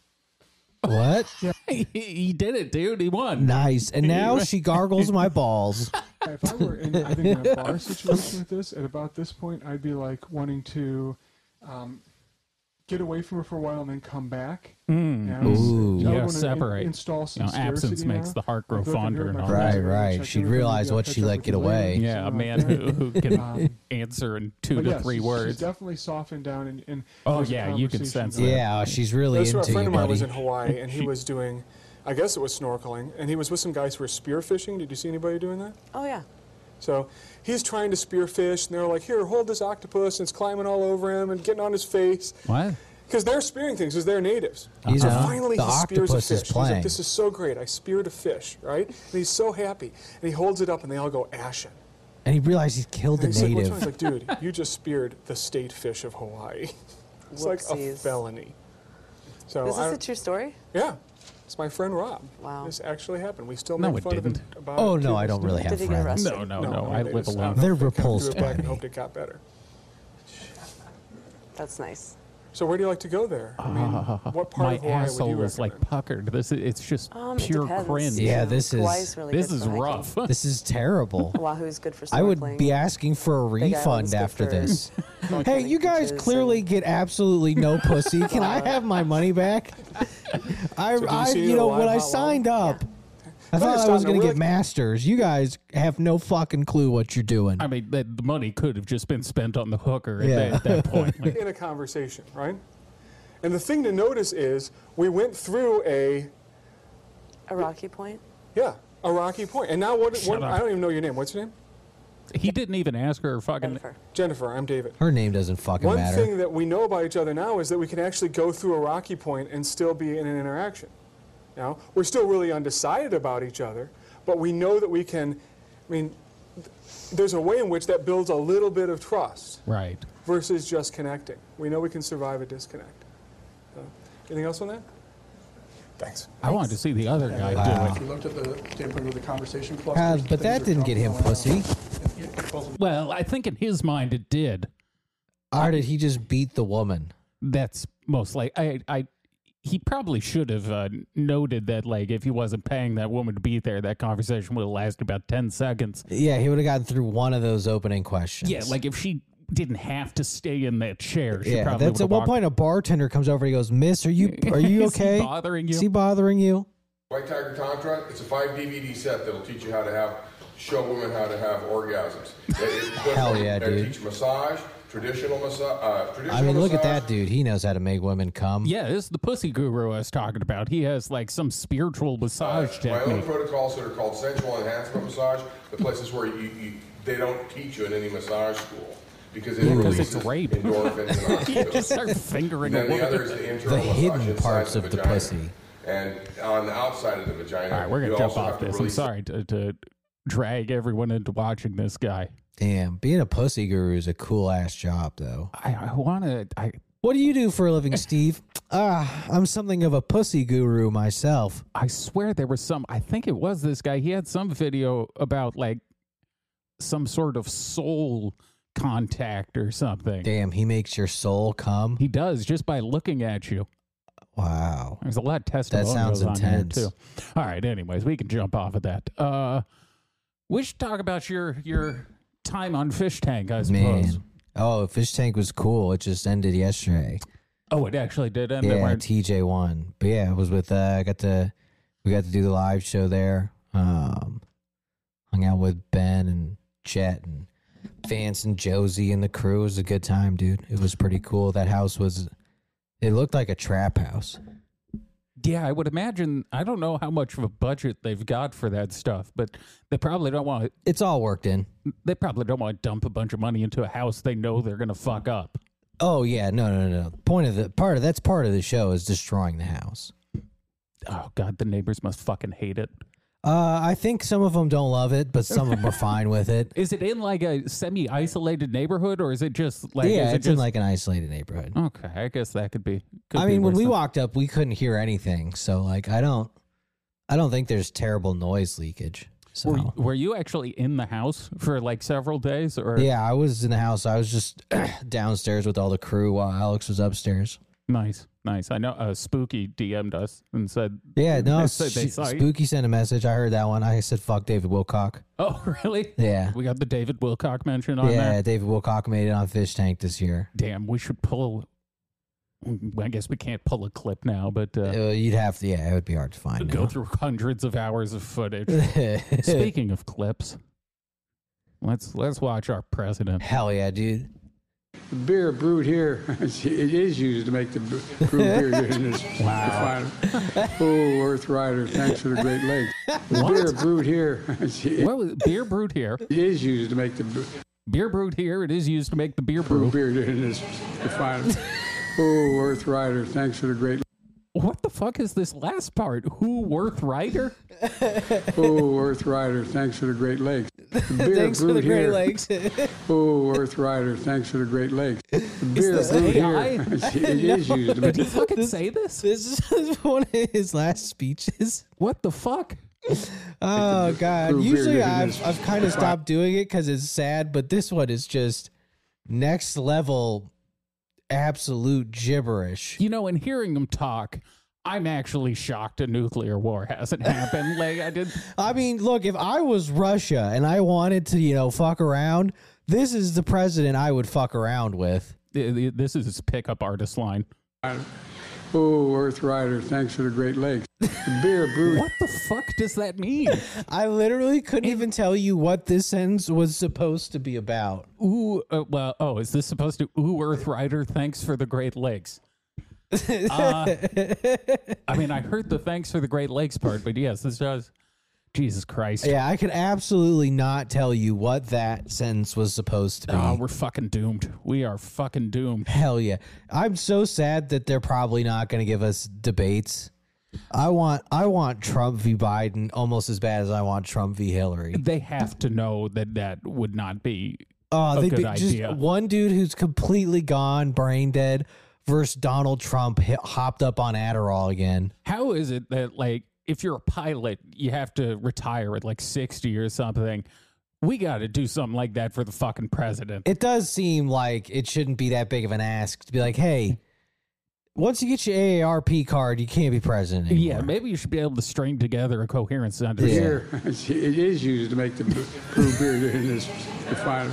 What? he, he did it, dude. He won. Nice. And now she gargles *laughs* my balls. if I were in, I think in a bar situation with this, at about this point, I'd be like wanting to um, get away from her for a while and then come back. Mm. Ooh. Mm-hmm. Hmm. Yeah, separate. install some You know, absence scarcity in makes her. the heart grow Like, look, I fonder heard and my all friends that. are gonna Right, right. check in She'd with me, realize I'll what catch she up let with get you later, away. and Yeah, a stuff like man that. who, who can Um, answer in two But to yes, three she's- words. She's definitely softened down and. and Oh, there's a yeah, you can conversation sense going. Yeah, she's really That's where a into friend you, of mine was buddy. in Hawaii, and he was doing, I guess it was snorkeling, and he was with some guys who were spearfishing. Did you see anybody doing that? Oh, yeah. So he's trying to spearfish, and they're like, "Here, hold this octopus," and it's climbing all over him and getting on his face. What? because they're spearing things because they're natives. He's so a- finally, the he spears a octopus fish. is He's like, playing. "This is so great! I speared a fish, right?" And he's so happy, and he holds it up, and they all go ashen. And he realized he's killed the And he's like, "What's native. wrong?" He's *laughs* like, "Dude, you just speared the state fish of Hawaii. *laughs* It's like a Whoopsies. felony." So Is I this a don't- true story? yeah, it's my friend Rob. Wow. This actually happened. We still No, make it fun of him didn't. about Oh it, no, too. I don't really have Did he get friends. arrested? No, no, no. I they live just- I alone. don't know They're if they kept- threw repulsed it back by and me. hoped it got better. That's nice. So where do you like to go there? I *laughs* mean, what part My of Hawaii would asshole you is like recommend? puckered. This is, it's just Um, it pure depends. cringe. Yeah, this is- Hawaii's really this good is for hiking. rough. *laughs* This is terrible. Wahoo's good for snorkeling. I would be asking for a Big Island's refund good after for *laughs* this. volcanic hey, you guys beaches clearly and- get absolutely no *laughs* pussy. Can I have my money back? I, do you I see you know, the when Wawa I Wawa? signed up, I Let me thought I stop was now, going to really get quick. masters. You guys have no fucking clue what you're doing. I mean, that, the money could have just been spent on the hooker at, Yeah. that, at *laughs* that point. Like, *laughs* in a conversation, right? And the thing to notice is we went through a a rocky point. yeah a rocky point, and now what? what Shut up. I don't even know your name. What's your name? he didn't even ask her. Fucking Jennifer. Jennifer. I'm David. Her name doesn't fucking One matter. thing that we know about each other now is that we can actually go through a rocky point and still be in an interaction. You know, we're still really undecided about each other, but we know that we can. I mean, th- there's a way in which that builds a little bit of trust right. versus just connecting. We know we can survive a disconnect. So, anything else on that? Thanks. I wanted to see the other guy do If you looked at the standpoint of the conversation cluster, Uh, but that didn't get him pussy. it. Well, I think in his mind it did. Or did he just beat the woman? That's most like I. I he probably should have uh, noted that, like, if he wasn't paying that woman to be there, that conversation would have lasted about ten seconds. Yeah, he would have gotten through one of those opening questions. Yeah, like if she didn't have to stay in that chair, she yeah. probably That's at would have one walked- point a bartender comes over. and He goes, "Miss, are you are you *laughs* Is he okay? bothering you? Is he bothering you?" White Tiger Tantra, it's a five DVD set that'll teach you how to have, show women how to have orgasms. It- it goes Hell from- yeah, they dude. teach massage, traditional massage. Uh, traditional I mean, look at massage. that dude. He knows how to make women come. Yeah, this is the pussy guru I was talking about. He has like some spiritual massage My own technique. protocols that are called sensual enhancement massage, the places where you, you they don't teach you in any massage school because it Yeah, 'cause releases it's rape. *laughs* endorphins and Yeah, just oxytocin. start fingering a Then the other is woman. the internal massage hidden inside parts of the vagina. pussy. And on the outside of the vagina, All right, we're you gonna jump also have off to this. I'm release- sorry to, to drag everyone into watching this guy. Damn, being a pussy guru is a cool ass job, though. I, I want to. I What do you do for a living, *laughs* Steve? Ah, I'm something of a pussy guru myself. I swear there was some. I think it was this guy. He had some video about like some sort of soul contact or something. Damn, he makes your soul come. He does just by looking at you. Wow. There's a lot of That testimonials sounds on here intense. too. All right. Anyways, we can jump off of that. Uh, we should talk about your your time on Fish Tank, I Man. suppose. Oh, fish tank was cool. It just ended yesterday. Oh, it actually did end. yeah, up TJ won. But yeah, it was with. Uh, I got to. We got to do the live show there. Um, hung out with Ben and Chet and Vance and Josie and the crew. It was a good time, dude. It was pretty cool. That house was. It looked like a trap house. Yeah, I would imagine. I don't know how much of a budget they've got for that stuff, but they probably don't want. It's all worked in. They probably don't want to dump a bunch of money into a house they know they're gonna fuck up. Oh yeah, no, no, no. Point of the part of that's part of the show is destroying the house. Oh God, the neighbors must fucking hate it. Uh, I think some of them don't love it, but some of them are fine with it. Is it in like a semi-isolated neighborhood, or is it just like? yeah, is it's it in just- like an isolated neighborhood. Okay, I guess that could be. could I be mean, when worse we than- walked up, we couldn't hear anything. So like, I don't, I don't think there's terrible noise leakage. So Were, were you actually in the house for like several days, or yeah, I was in the house. I was just *clears throat* downstairs with all the crew while Alex was upstairs. Nice, nice. I know uh, Spooky DM'd us and said, Yeah, no, they *laughs* said they sh- saw you. Spooky sent a message. I heard that one. I said, "Fuck David Wilcock." "Oh, really? Yeah, We got the David Wilcock mention on yeah, there. David Wilcock made it on Fish Tank this year. Damn, we should pull. I guess we can't pull a clip now, but uh, Uh, you'd have to. Yeah, it would be hard to find. go now. through hundreds of hours *laughs* of footage. Speaking of clips, let's let's watch our president. Hell yeah, dude. The beer brewed here, *laughs* it is used to make the b- brew beer. Isn't *laughs* it? Wow. Oh, Earth Rider, thanks for the Great Lakes. The beer brewed here, *laughs* it What was beer brewed *laughs* here? is used to make the b- Beer brewed here. It is used to make the beer brew brew. *laughs* beer. Isn't it? Oh, Earth Rider, thanks for the great. What the fuck is this last part? Who Worth Rider? Oh, Earth Rider, thanks for the Great Lakes. *laughs* The beer Thanks for brewed the Great here. Lakes. *laughs* oh, Earth Rider, thanks for the Great Lakes. The beer Is that brewed AI? here. *laughs* *laughs* it is used. to Did make- he fucking say this? This is *laughs* one of his last speeches. What the fuck? Oh god! prove here Usually that it I've is I've kind of fine. stopped doing it because it's sad, but this one is just next level, absolute gibberish. You know, in hearing them talk, I'm actually shocked a nuclear war hasn't *laughs* happened. like I did I mean, look, if I was Russia and I wanted to, you know, fuck around, this is the president I would fuck around with. this is his pickup artist line. Oh, Earth Rider, thanks for the Great Lakes. The beer *laughs* brewed What the fuck does that mean? I literally couldn't even tell you what this sentence was supposed to be about. Ooh, uh, well, oh, is this supposed to? Ooh, Earth Rider, thanks for the *laughs* Great Lakes. Uh, I mean, I heard the thanks for the Great Lakes part, but yes, this does. Jesus Christ. Yeah, I could absolutely not tell you what that sentence was supposed to be. Oh, we're fucking doomed. We are fucking doomed. Hell yeah. I'm so sad that they're probably not going to give us debates. I want I want Trump v Biden almost as bad as I want Trump v Hillary. They have to know oh, that that would not be Oh, a they'd good be idea. just one dude who's completely gone, brain dead, versus Donald Trump hi- hopped up on Adderall again. How is it that like if you're a pilot, you have to retire at like 60 or something? We got to do something like that for the fucking president. It does seem like it shouldn't be that big of an ask to be like, hey, once you get your AARP card, you can't be president anymore. Yeah, maybe you should be able to string together a coherent The sentence. beer, *laughs* it is used to make the brew beer in this refinery.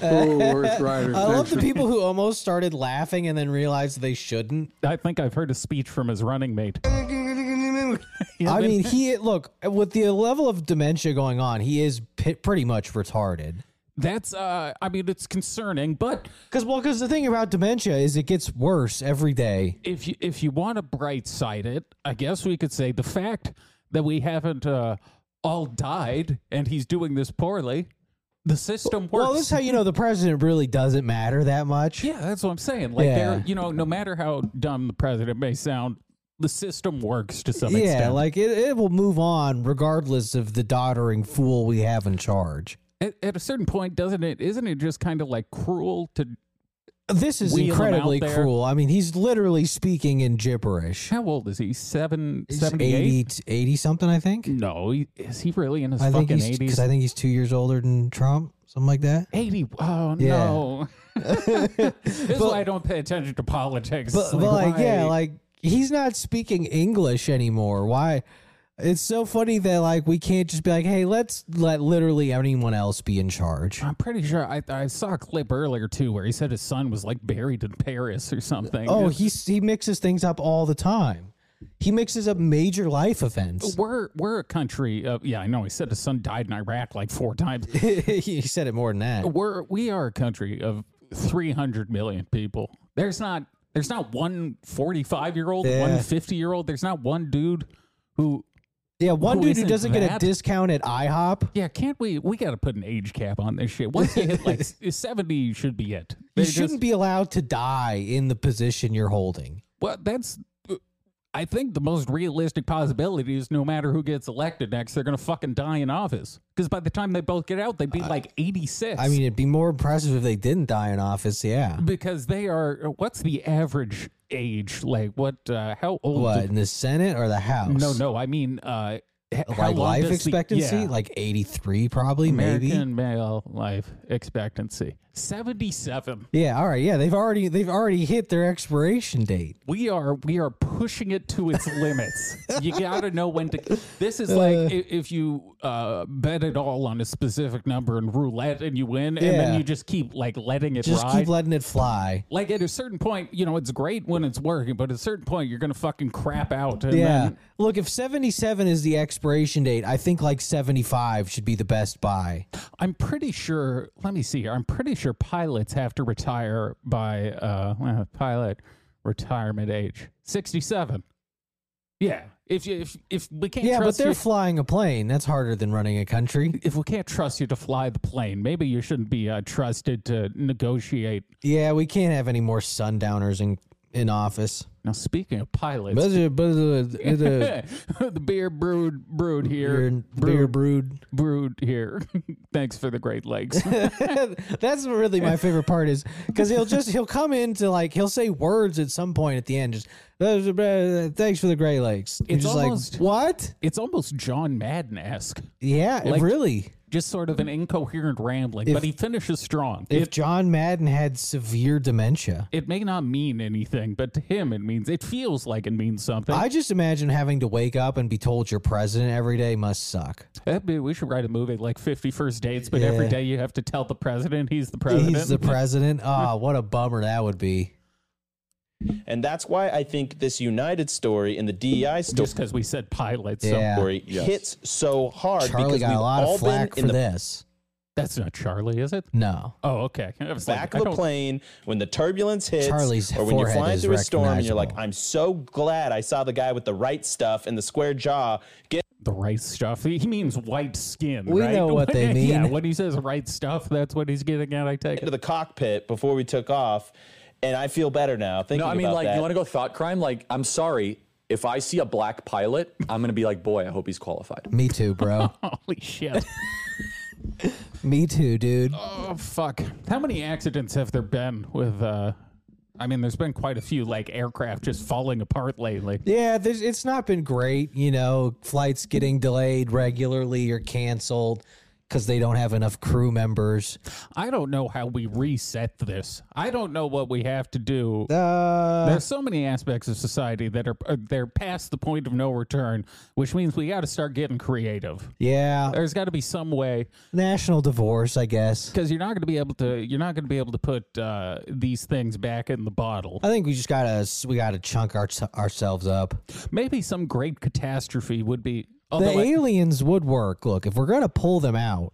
Oh, Earth Rider, I love thanks the for people who almost started *laughs* laughing and then realized they shouldn't. I think I've heard a speech from his running mate. I mean, he look with the level of dementia going on, he is pi pretty much retarded. That's uh I mean it's concerning, but Because well, because the thing about dementia is it gets worse every day. if you if you want to bright side it, I guess we could say the fact that we haven't uh all died and he's doing this poorly, the system works. Well, this is how you know the president really doesn't matter that much. Yeah, that's what I'm saying. Like Yeah. there, you know, no matter how dumb the president may sound, the system works to some yeah, extent. like it, it will move on regardless of the doddering fool we have in charge. at, at a certain point, doesn't it? Isn't it just kind of like cruel to? This is Wheel 'em out incredibly there. cruel. I mean, he's literally speaking in gibberish. How old is he? Seven, He's 80, seventy-eight. 80 something, I think. No, he, is he really in his I think fucking he's because eighties? I think he's two years older than Trump, something like that. Eighty. Oh Yeah. *laughs* no. this is why I don't pay attention to politics. But, but like, yeah, why- like he's not speaking English anymore. Why? It's so funny that like we can't just be like, hey, let's let literally anyone else be in charge. I'm pretty sure I, I saw a clip earlier too where he said his son was like buried in Paris or something. Oh, It's- he's he mixes things up all the time. He mixes up major life events. We're we're a country of yeah, I know. He said his son died in Iraq like four *laughs* times. he said it more than that. We're we are a country of three hundred million people. There's not there's not one 45 year old, Yeah. one 50 year old. There's not one dude who Yeah, one Who dude who isn't doesn't get that? a discount at IHOP. yeah. Can't we? We got to put an age cap on this shit. Once you *laughs* hit like s- seventy, should be it. You They shouldn't just- be allowed to die in the position you're holding. Well, that's. uh, I think the most realistic possibility is no matter who gets elected next, they're gonna fucking die in office. Because by the time they both get out, they'd be like eighty six. I mean, it'd be more impressive if they didn't die in office. Yeah. because they are uh, what's the average age like what uh how old What do- in the Senate or the House? no no i mean uh h- how like long life does the- expectancy, yeah, like eighty three, probably maybe. american male life expectancy 77 Yeah, all right. Yeah, they've already they've already hit their expiration date. we are we are pushing it to *laughs* its limits you gotta know when to this Uh. is like i- if you uh bet it all on a specific number in roulette and you win and then Yeah. you just keep like letting it Just ride keep letting it fly. like at a certain point, you know, it's great when it's working, but at a certain point, you're gonna fucking crap out. And yeah. then Look, if seventy seven is the expiration date, I think like seventy five should be the best buy. I'm pretty sure. Let me see here. I'm pretty sure pilots have to retire by uh, uh, pilot retirement age, sixty-seven. Yeah, if you if if we can't Yeah, but trust they're you, flying a plane. That's harder than running a country. if we can't trust you to fly the plane, maybe you shouldn't be uh, trusted to negotiate. Yeah, we can't have any more sundowners in in office. Now speaking of pilots, Buzzer- buzzer- *laughs* the- the beer brewed brewed here. Beer- beer brewed brewed here. *laughs* Thanks for the great legs. *laughs* *laughs* That's really my favorite part is because he'll just he'll come into like he'll say words at some point at the end. Just "Those are- uh, thanks for the Great Lakes. You're It's just almost like what? It's almost John Madden esque. Yeah, Like- really. Just sort of an incoherent rambling, If- but he finishes strong. If It, John Madden had severe dementia, it may not mean anything, but to him it means it feels like it means something. I just imagine having to wake up and be told you're president every day must suck. That'd be- Eh, we should write a movie like Fifty First Dates, but every Yeah. day you have to tell the president he's the president. *laughs* He's the president. Ah, what a bummer that would be. Mm-hmm. And that's why I think this United story and the DEI story, just because we said pilots, so- Yeah. Yes. hits so hard. Charlie because got a we've lot of all been flack in for the this. That's not Charlie, is it? No. Oh, okay. I was like, back I of the don't- plane when the turbulence hits, Charlie's or when you're forehead flying is through a storm and you're like, "I'm so glad I saw the guy with the right stuff and the square jaw." Get the right stuff. He he means white skin. We right? know *laughs* what they Yeah, mean. when he says right stuff, that's what he's getting at. I take into the cockpit before we took off, and I feel better now thinking No, I mean, about like, that. you want to go thought crime? Like, I'm sorry. If I see a black pilot, I'm going to be like, boy, I hope he's qualified. Me too, bro. *laughs* Holy shit. *laughs* Me too, dude. Oh fuck! How many accidents have there been with? uh I mean, there's been quite a few, like aircraft just falling apart lately. Yeah, there's, it's not been great. You know, flights getting delayed regularly or canceled because they don't have enough crew members. I don't know how we reset this. I don't know what we have to do. Uh, There's so many aspects of society that are uh, they're past the point of no return, which means we got to start getting creative. Yeah, There's got to be some way national divorce, I guess. because you're not going to be able to you're not going to be able to put uh, these things back in the bottle. I think we just gotta we gotta chunk our, ourselves up. Maybe some great catastrophe would be. the Although Oh, I- aliens would work. Look, if we're gonna pull them out,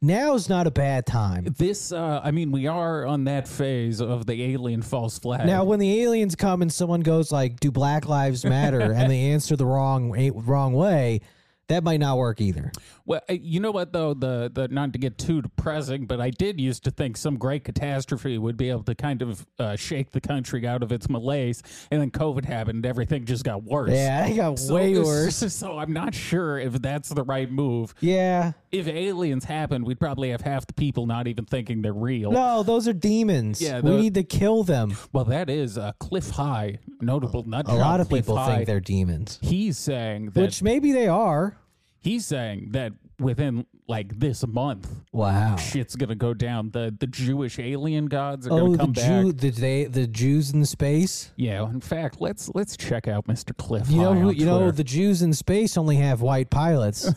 now's not a bad time. this, uh, I mean, we are on that phase of the alien false flag. Now, when the aliens come and someone goes like, "Do Black Lives *laughs* Matter?" and they answer the wrong way- wrong way, that might not work either. Well, uh, you know what though the the not to get too depressing, but I did used to think some great catastrophe would be able to kind of uh, shake the country out of its malaise, and then COVID happened, and everything just got worse. Yeah, it got way worse. *laughs* So I'm not sure if that's the right move. Yeah. If aliens happened, we'd probably have half the people not even thinking they're real. *laughs* No, those are demons. Yeah, we tho- need to kill them. Well, that is uh, Cliff High, notable nut. A lot job, of Cliff people High. think they're demons, He's saying that which maybe they are. He's saying that within like this month, Wow. shit's gonna go down. The the Jewish alien gods are Oh, gonna the come Jew, back. the they, the Jews in space. Yeah, in fact, let's let's check out Mr. Cliff. You know, High who, on you know, Twitter. the Jews in space only have white *laughs* pilots.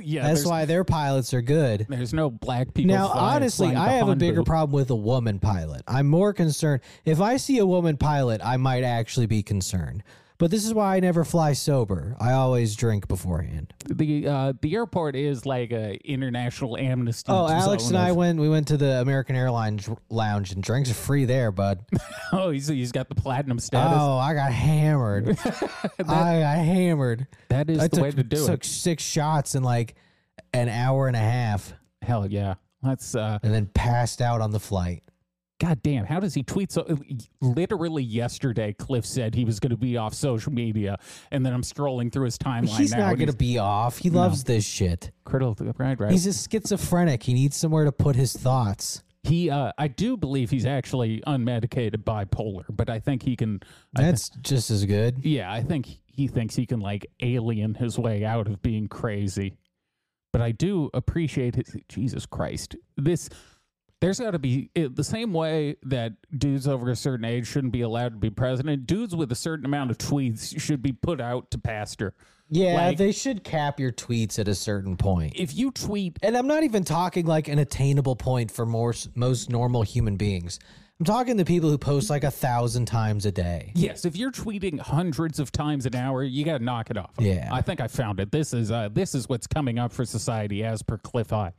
yeah, That's there's- why their pilots are good. there's no black people. Now, flying- honestly, flying I the have a Honbu. bigger problem with a woman pilot. I'm more concerned. If I see a woman pilot, I might actually be concerned. But this is why I never fly sober. I always drink beforehand. The uh, the airport is like a international amnesty. Oh, Alex zone and I of- went. We went to the American Airlines lounge and drinks are free there, *laughs* bud. *laughs* Oh, he's he's got the platinum status. oh, I got *laughs* hammered. I got hammered. That is I the way to do it. Took six shots in like an hour and a half. Hell yeah, that's uh, and then passed out on the flight. God damn, how does he tweet so literally yesterday Cliff said he was going to be off social media and then I'm scrolling through his timeline He's now. not and going to be off. He No. loves this shit. critical right right. He's a schizophrenic. He needs somewhere to put his thoughts. he uh, I do believe he's actually unmedicated bipolar, but I think he can I That's just as good. Yeah, I think he thinks he can like alien his way out of being crazy. But I do appreciate his Jesus Christ. This there's got to be it, the same way that dudes over a certain age shouldn't be allowed to be president. Dudes with a certain amount of tweets should be put out to pasture. Yeah, Like- they should cap your tweets at a certain point. If you tweet, and I'm not even talking like an attainable point for most most normal human beings. I'm talking to people who post like a thousand times a day. Yes, if you're tweeting hundreds of times an hour, you got to knock it off. Yeah. I think I found it. This is uh, this is what's coming up for society as per Cliff High.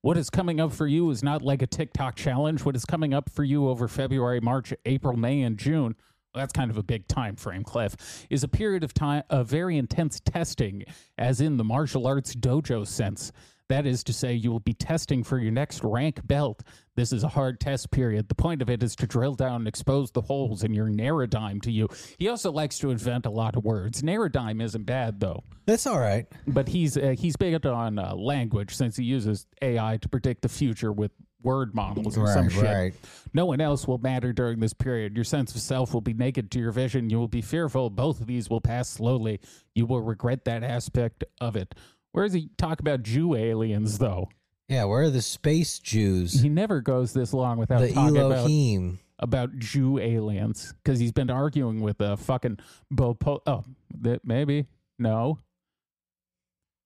What is coming up for you is not like a TikTok challenge. What is coming up for you over February, March, April, May, and June? Well, that's kind of a big time frame, Cliff. Is a period of time of very intense testing, as in the martial arts dojo sense. That is to say, you will be testing for your next rank belt. This is a hard test period. The point of it is to drill down and expose the holes in your narradime to you. He also likes to invent a lot of words. Narradime isn't bad though. That's all right. But he's uh, he's big on uh, language since he uses AI to predict the future with word models or some Right, shit. right. No one else will matter during this period. Your sense of self will be naked to your vision. You will be fearful. Both of these will pass slowly. You will regret that aspect of it. Where does he talk about Jew aliens, though? Yeah, where are the space Jews? He never goes this long without The talking Elohim. about about Jew aliens because he's been arguing with a fucking Bo. Po- oh, that maybe no.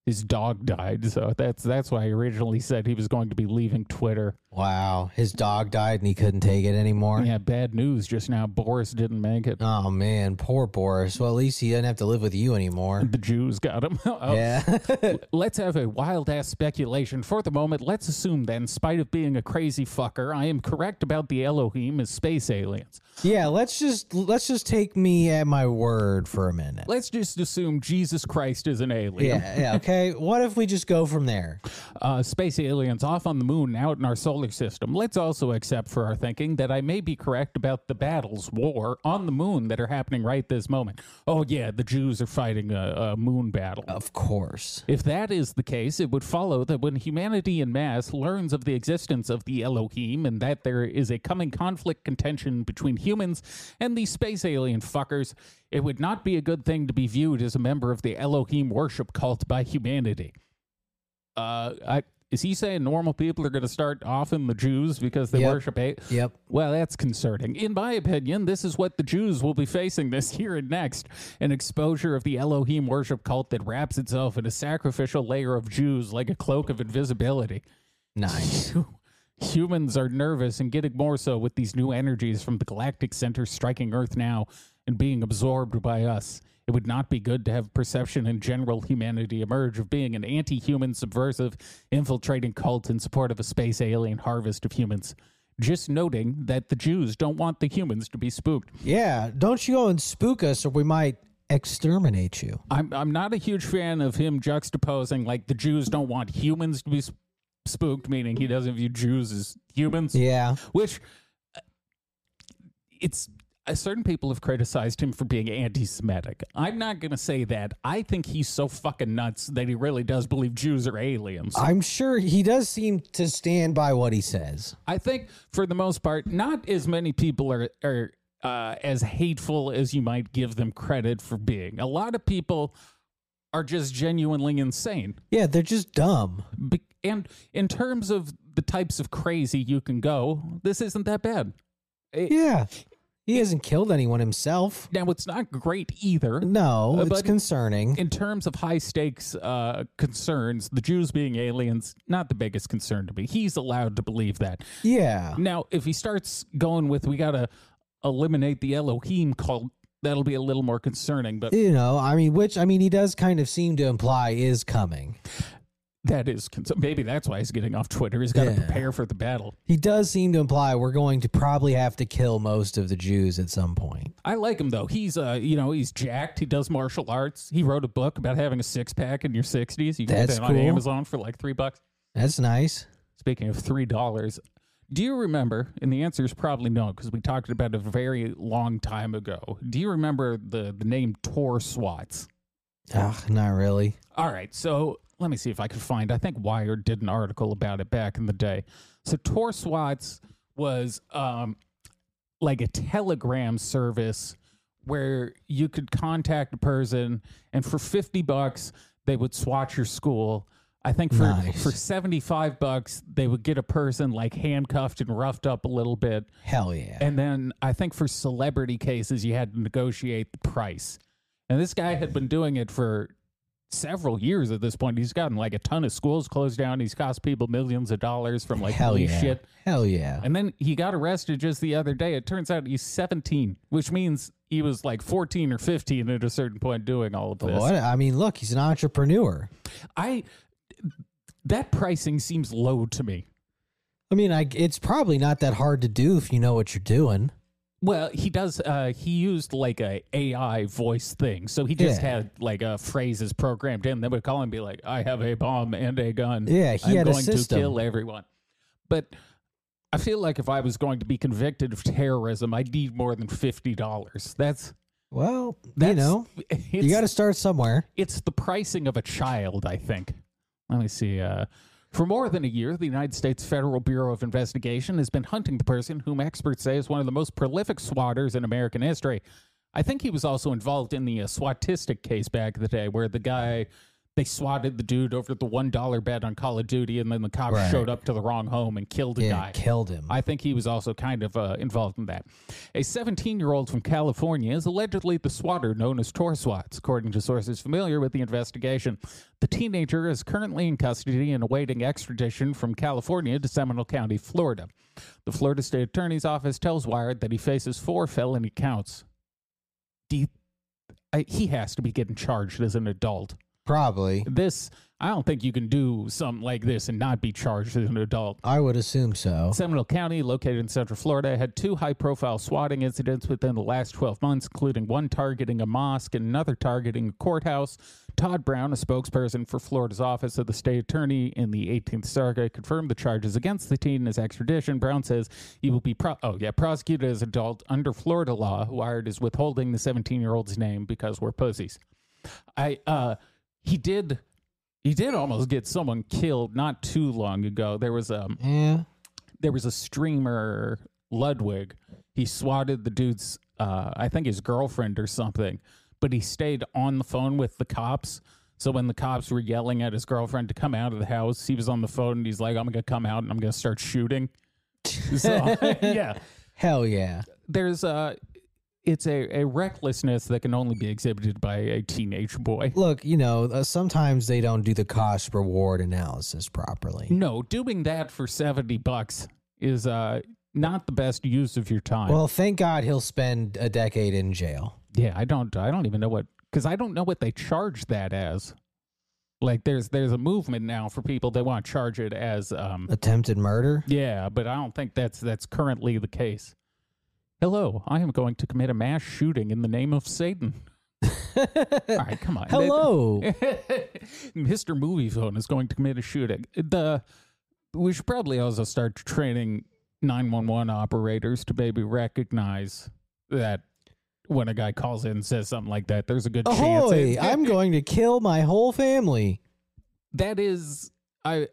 His dog died, so that's that's why he originally said he was going to be leaving Twitter. Wow, his dog died and he couldn't take it anymore. Yeah, bad news just now. Boris didn't make it. Oh man, poor Boris. Well, at least he doesn't have to live with you anymore. The Jews got him. *laughs* Oh. Yeah. *laughs* L- let's have a wild ass speculation. For the moment, let's assume that in spite of being a crazy fucker, I am correct about the Elohim as space aliens. yeah, let's just let's just take me at my word for a minute. Let's just assume Jesus Christ is an alien. Yeah, *laughs* yeah, okay. What if we just go from there? Uh, space aliens off on the moon, out in our solar system. Let's also accept for our thinking that I may be correct about the battles, war on the moon that are happening right this moment. Oh, yeah, the Jews are fighting a, a moon battle. Of course. If that is the case, it would follow that when humanity in mass learns of the existence of the Elohim and that there is a coming conflict contention between humans and these space alien fuckers, it would not be a good thing to be viewed as a member of the Elohim worship cult by humanity. Uh, I, is he saying normal people are going to start offing the Jews because they Yep. worship a- Yep. well, that's concerning. In my opinion, this is what the Jews will be facing this *laughs* year and next an exposure of the Elohim worship cult that wraps itself in a sacrificial layer of Jews like a cloak of invisibility. *laughs* Nice. Humans are nervous and getting more so with these new energies from the Galactic Center striking Earth now and being absorbed by us. It would not be good to have perception in general humanity emerge of being an anti human, subversive, infiltrating cult in support of a space alien harvest of humans. Just noting that the Jews don't want the humans to be spooked. Yeah, don't you go and spook us or we might exterminate you. I'm I'm not a huge fan of him juxtaposing like the Jews don't want humans to be s- spooked, meaning he doesn't view Jews as humans. Yeah. which uh, it's uh, certain people have criticized him for being anti-Semitic. I'm not going to say that. I think he's so fucking nuts that he really does believe Jews are aliens. I'm sure he does seem to stand by what he says. I think for the most part, not as many people are are uh, as hateful as you might give them credit for being. A lot of people are just genuinely insane. Yeah, they're just dumb. Be- and in terms of the types of crazy you can go, this isn't that bad. Eh, It- Yeah. He hasn't killed anyone himself. Now it's not great either. No, Uh, it's but- concerning. In terms of high stakes uh, concerns, the Jews being aliens, not the biggest concern to me. He's allowed to believe that. Yeah. Now, if he starts going with, we got to eliminate the Elohim cult, that'll be a little more concerning, but You know, I mean, which I mean, he does kind of seem to imply is coming. that is con- Maybe that's why he's getting off Twitter. He's got to prepare for the battle. He does seem to imply we're going to probably have to kill most of the Jews at some point. I like him though. He's uh, you know, he's jacked. He does martial arts. He wrote a book about having a six pack in your sixties. You can That's get that on cool. Amazon for like three bucks. That's nice. Speaking of three dollars, do you remember? And the answer is probably no, because we talked about it a very long time ago. Do you remember the the name Tor Swats? Ugh, not really. All right, so let me see if I can find. I think Wired did an article about it back in the day. So Tor Swats was um, like a telegram service where you could contact a person, and for fifty bucks they would swat your school. I think for Nice. for seventy five bucks they would get a person like handcuffed and roughed up a little bit, Hell yeah. and then I think for celebrity cases you had to negotiate the price. And this guy had been doing it for several years at this point. He's gotten like a ton of schools closed down. He's cost people millions of dollars from like Hell holy yeah. shit. Hell yeah. And then he got arrested just the other day. It turns out he's 17, which means he was like 14 or 15 at a certain point doing all of this. What? I mean, look, he's an entrepreneur. I that pricing seems low to me. I mean, I, it's probably not that hard to do if you know what you're doing. Well, he does. Uh, he used like a AI voice thing, so he just Yeah. had like uh, phrases programmed in. They would call and be like, "I have a bomb and a gun. Yeah, he I'm had a going system. to kill everyone." But I feel like if I was going to be convicted of terrorism, I'd need more than fifty dollars. That's well, that's, you know, you it's- got to start somewhere. it's the pricing of a child, I think. Let me see. Uh, for more than a year, the United States Federal Bureau of Investigation has been hunting the person whom experts say is one of the most prolific swatters in American history. I think he was also involved in the uh, swatistic case back in the day, where the guy they swatted the dude over the one dollar bet on Call of Duty, and then the cops Right. showed up to the wrong home and killed a Yeah, guy. killed him. I think he was also kind of uh, involved in that. A 17 year old from California is allegedly the swatter known as Tor Swats, according to sources familiar with the investigation. The teenager is currently in custody and awaiting extradition from California to Seminole County, Florida. The Florida State Attorney's Office tells Wired that he faces four felony counts. Do you- I, he has to be getting charged as an adult. Probably. This, I don't think you can do something like this and not be charged as an adult. I would assume so. Seminole County, located in Central Florida, had two high profile swatting incidents within the last 12 months, including one targeting a mosque and another targeting a courthouse. Todd Brown, a spokesperson for Florida's Office of the State Attorney in the 18th Circuit, confirmed the charges against the teen in his extradition. Brown says he will be pro- oh yeah prosecuted as adult under Florida law. Wired is withholding the 17 year old's name because we're pussies. I uh he did he did almost get someone killed not too long ago. There was um there was a streamer Ludwig. He swatted the dude's uh I think his girlfriend or something, but he stayed on the phone with the cops. So when the cops were yelling at his girlfriend to come out of the house, he was on the phone and he's like, "I'm gonna come out and I'm gonna *laughs* start shooting." So *laughs* yeah, Hell yeah. there's uh, a it's a, a recklessness that can only be exhibited by a teenage boy. Look, you know, uh, sometimes they don't do the cost reward analysis properly. No, doing that for 70 bucks is uh not the best use of your time. Well, thank God he'll spend a decade in jail. yeah, I don't I don't even know what cuz I don't know what they charge that as. Like there's there's a movement now for people they want to charge it as um Attempted murder? yeah, but I don't think that's that's currently the case. Hello, I am going to commit a mass shooting in the name of Satan. *laughs* All right, come on. *laughs* Hello. Mr. Movie Phone is going to commit a shooting. The we should probably also start training 911 operators to maybe recognize that when a guy calls in and says something like that, there's a good chance. Ahoy! it- *laughs* I'm going to kill my whole family. that is I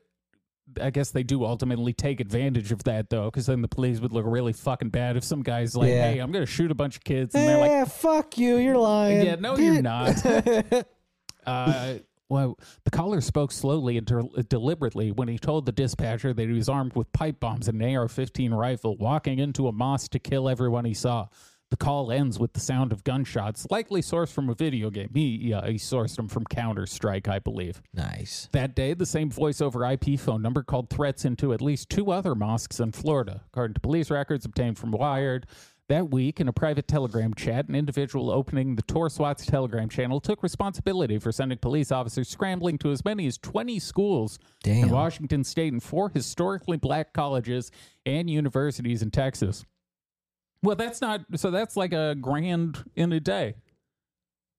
I guess they do ultimately take advantage of that though, because then the police would look really fucking bad if some guy's like, Yeah. "Hey, I'm gonna shoot a bunch of kids," and Yeah, Eh, they're like, fuck you. You're lying. Yeah, no, you're Get- not. uh, well, the caller spoke slowly and del- deliberately when he told the dispatcher that he was armed with pipe bombs and an AR 15 rifle, walking into a mosque to kill everyone he saw. The call ends with the sound of gunshots, likely sourced from a video game. He, uh, he sourced them from Counter Strike, I believe. Nice. That day, the same voice over IP phone number called threats into at least two other mosques in Florida, according to police records obtained from Wired. That week, in a private Telegram chat, an individual opening the Tor Swats Telegram channel took responsibility for sending police officers scrambling to as many as 20 schools in Washington state and four historically black colleges and universities in Texas. Well, that's not so. That's like a grand in a day.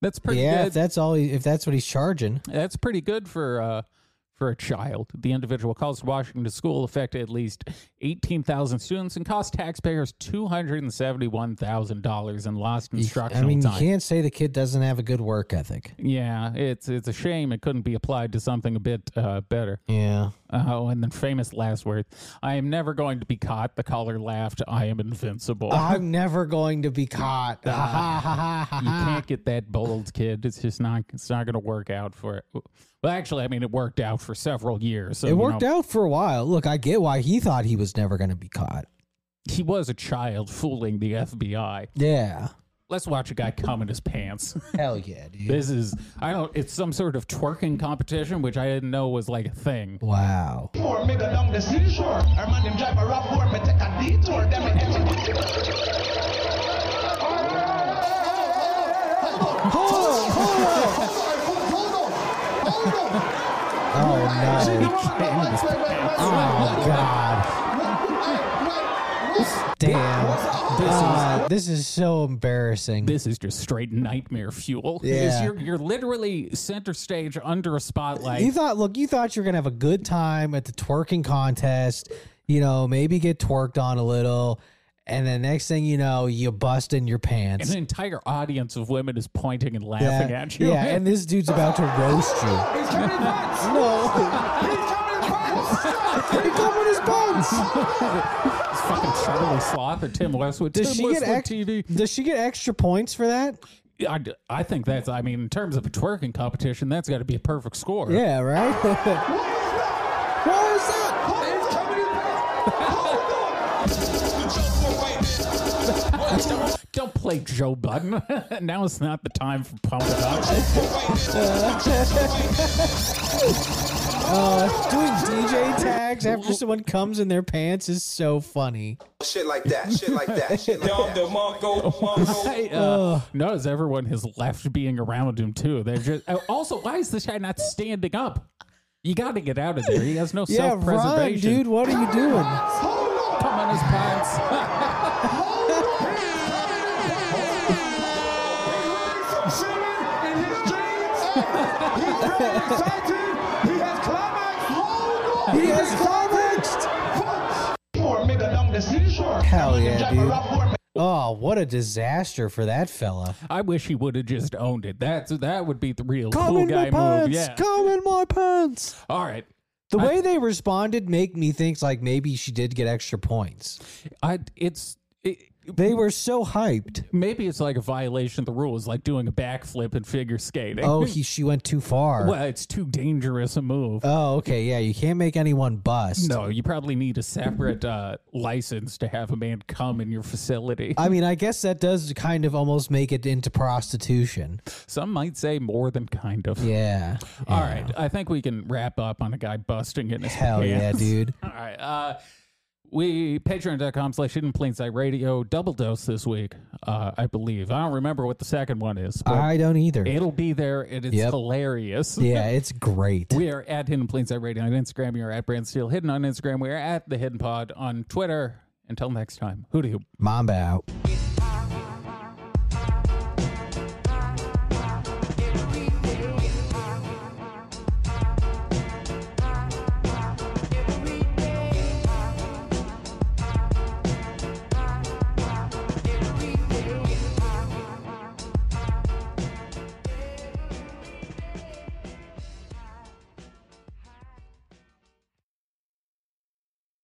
That's pretty yeah, good. if that's all, he, if that's what he's charging, That's pretty good for uh, for a child. The individual calls to Washington school affected at least eighteen thousand students and cost taxpayers two hundred and seventy one thousand dollars in lost I instructional mean, time. you can't say the kid doesn't have a good work ethic. Yeah, it's it's a shame it couldn't be applied to something a bit uh, better. Yeah. Oh, and then famous last word: "I am never going to be caught." The caller laughed. I am *laughs* invincible. I'm never going to be *laughs* caught. Ha, ha, ha, ha, ha, Ah, *laughs* you ha. can't get that bold, kid. It's just not. It's not going to work out for it. Well, actually, I mean, it worked out for several years. So, it worked out for a while. Look, I get why he thought he was never going to be caught. He was a child fooling the FBI. Yeah. Let's watch a guy cum in his pants. *laughs* Hell yeah, dude. This is I don't. It's some sort of twerking competition, which I didn't know was like a thing. Wow. Four me go down the seashore. Her man him drive a rough board, me take a detour, then me execute. *laughs* Oh no. *laughs* Oh god. Damn. Ah, this is so embarrassing. This is just straight nightmare fuel. Because Yeah. You're, you're literally center stage under a spotlight. you thought, look, you thought you were gonna have a good time at the twerking contest. You know, maybe get twerked on a little, and then next thing you know, you bust in your pants. and an entire audience of women is pointing and laughing Yeah, at you. Yeah, *laughs* and this dude's about to roast you. He's coming in pants! *laughs* No! He's coming in pants! He come with his bones. it's fucking Charlie Sloth or Tim Westwood. Does Tim she get Westwood ex- Does she get extra points for that? I, d- I think that's, I mean, in terms of a twerking competition, that's got to be a perfect score. Yeah, right. *laughs* What is that? He's coming in pants! Hold on! don't, don't play Joe Budden. *laughs* now is not the time for pump it *laughs* up. Uh, doing DJ tags after someone comes in their pants is so funny. Shit like that. Shit like that. Shit like Dom that. the Mongo, Mongo. I, uh, notice everyone has left being around him too. They're just oh, also why is this guy not standing up? You got to get out of there. He has no yeah, run, self-preservation. dude. What are you doing? Come on his pants. *laughs* He has Hell yeah, dude. Oh, what a disaster for that fella. I wish he would have *laughs* just owned it. That's that would be the real Come cool in my guy move. pants. Yeah. Come in my pants. All right. The way they responded make me think like maybe she did get extra points. I it's it, they were so hyped. Maybe it's like a violation of the rules, like doing a backflip and figure skating. *laughs* Oh, he she went too far. well, it's too dangerous a move. Oh, okay. Yeah, you can't make anyone bust. No, you probably need a separate uh, license to have a man come in your facility. *laughs* I mean, I guess that does kind of almost make it into prostitution. Some might say more than kind of. Yeah. All right, I think we can wrap up on a guy busting in his Hell yeah, pants. dude. *laughs* All right. Uh, we patreon.com slash hidden plain sight radio double dose this week, uh, I believe. I don't remember what the second one is. but I don't either. It'll be there and it's Yep. hilarious. yeah, it's great. We are at Hidden Plain Sight Radio on Instagram. You're at Brand Steel Hidden on Instagram. We are at The Hidden Pod on Twitter. Until next time, hooty hoop. Mamba out.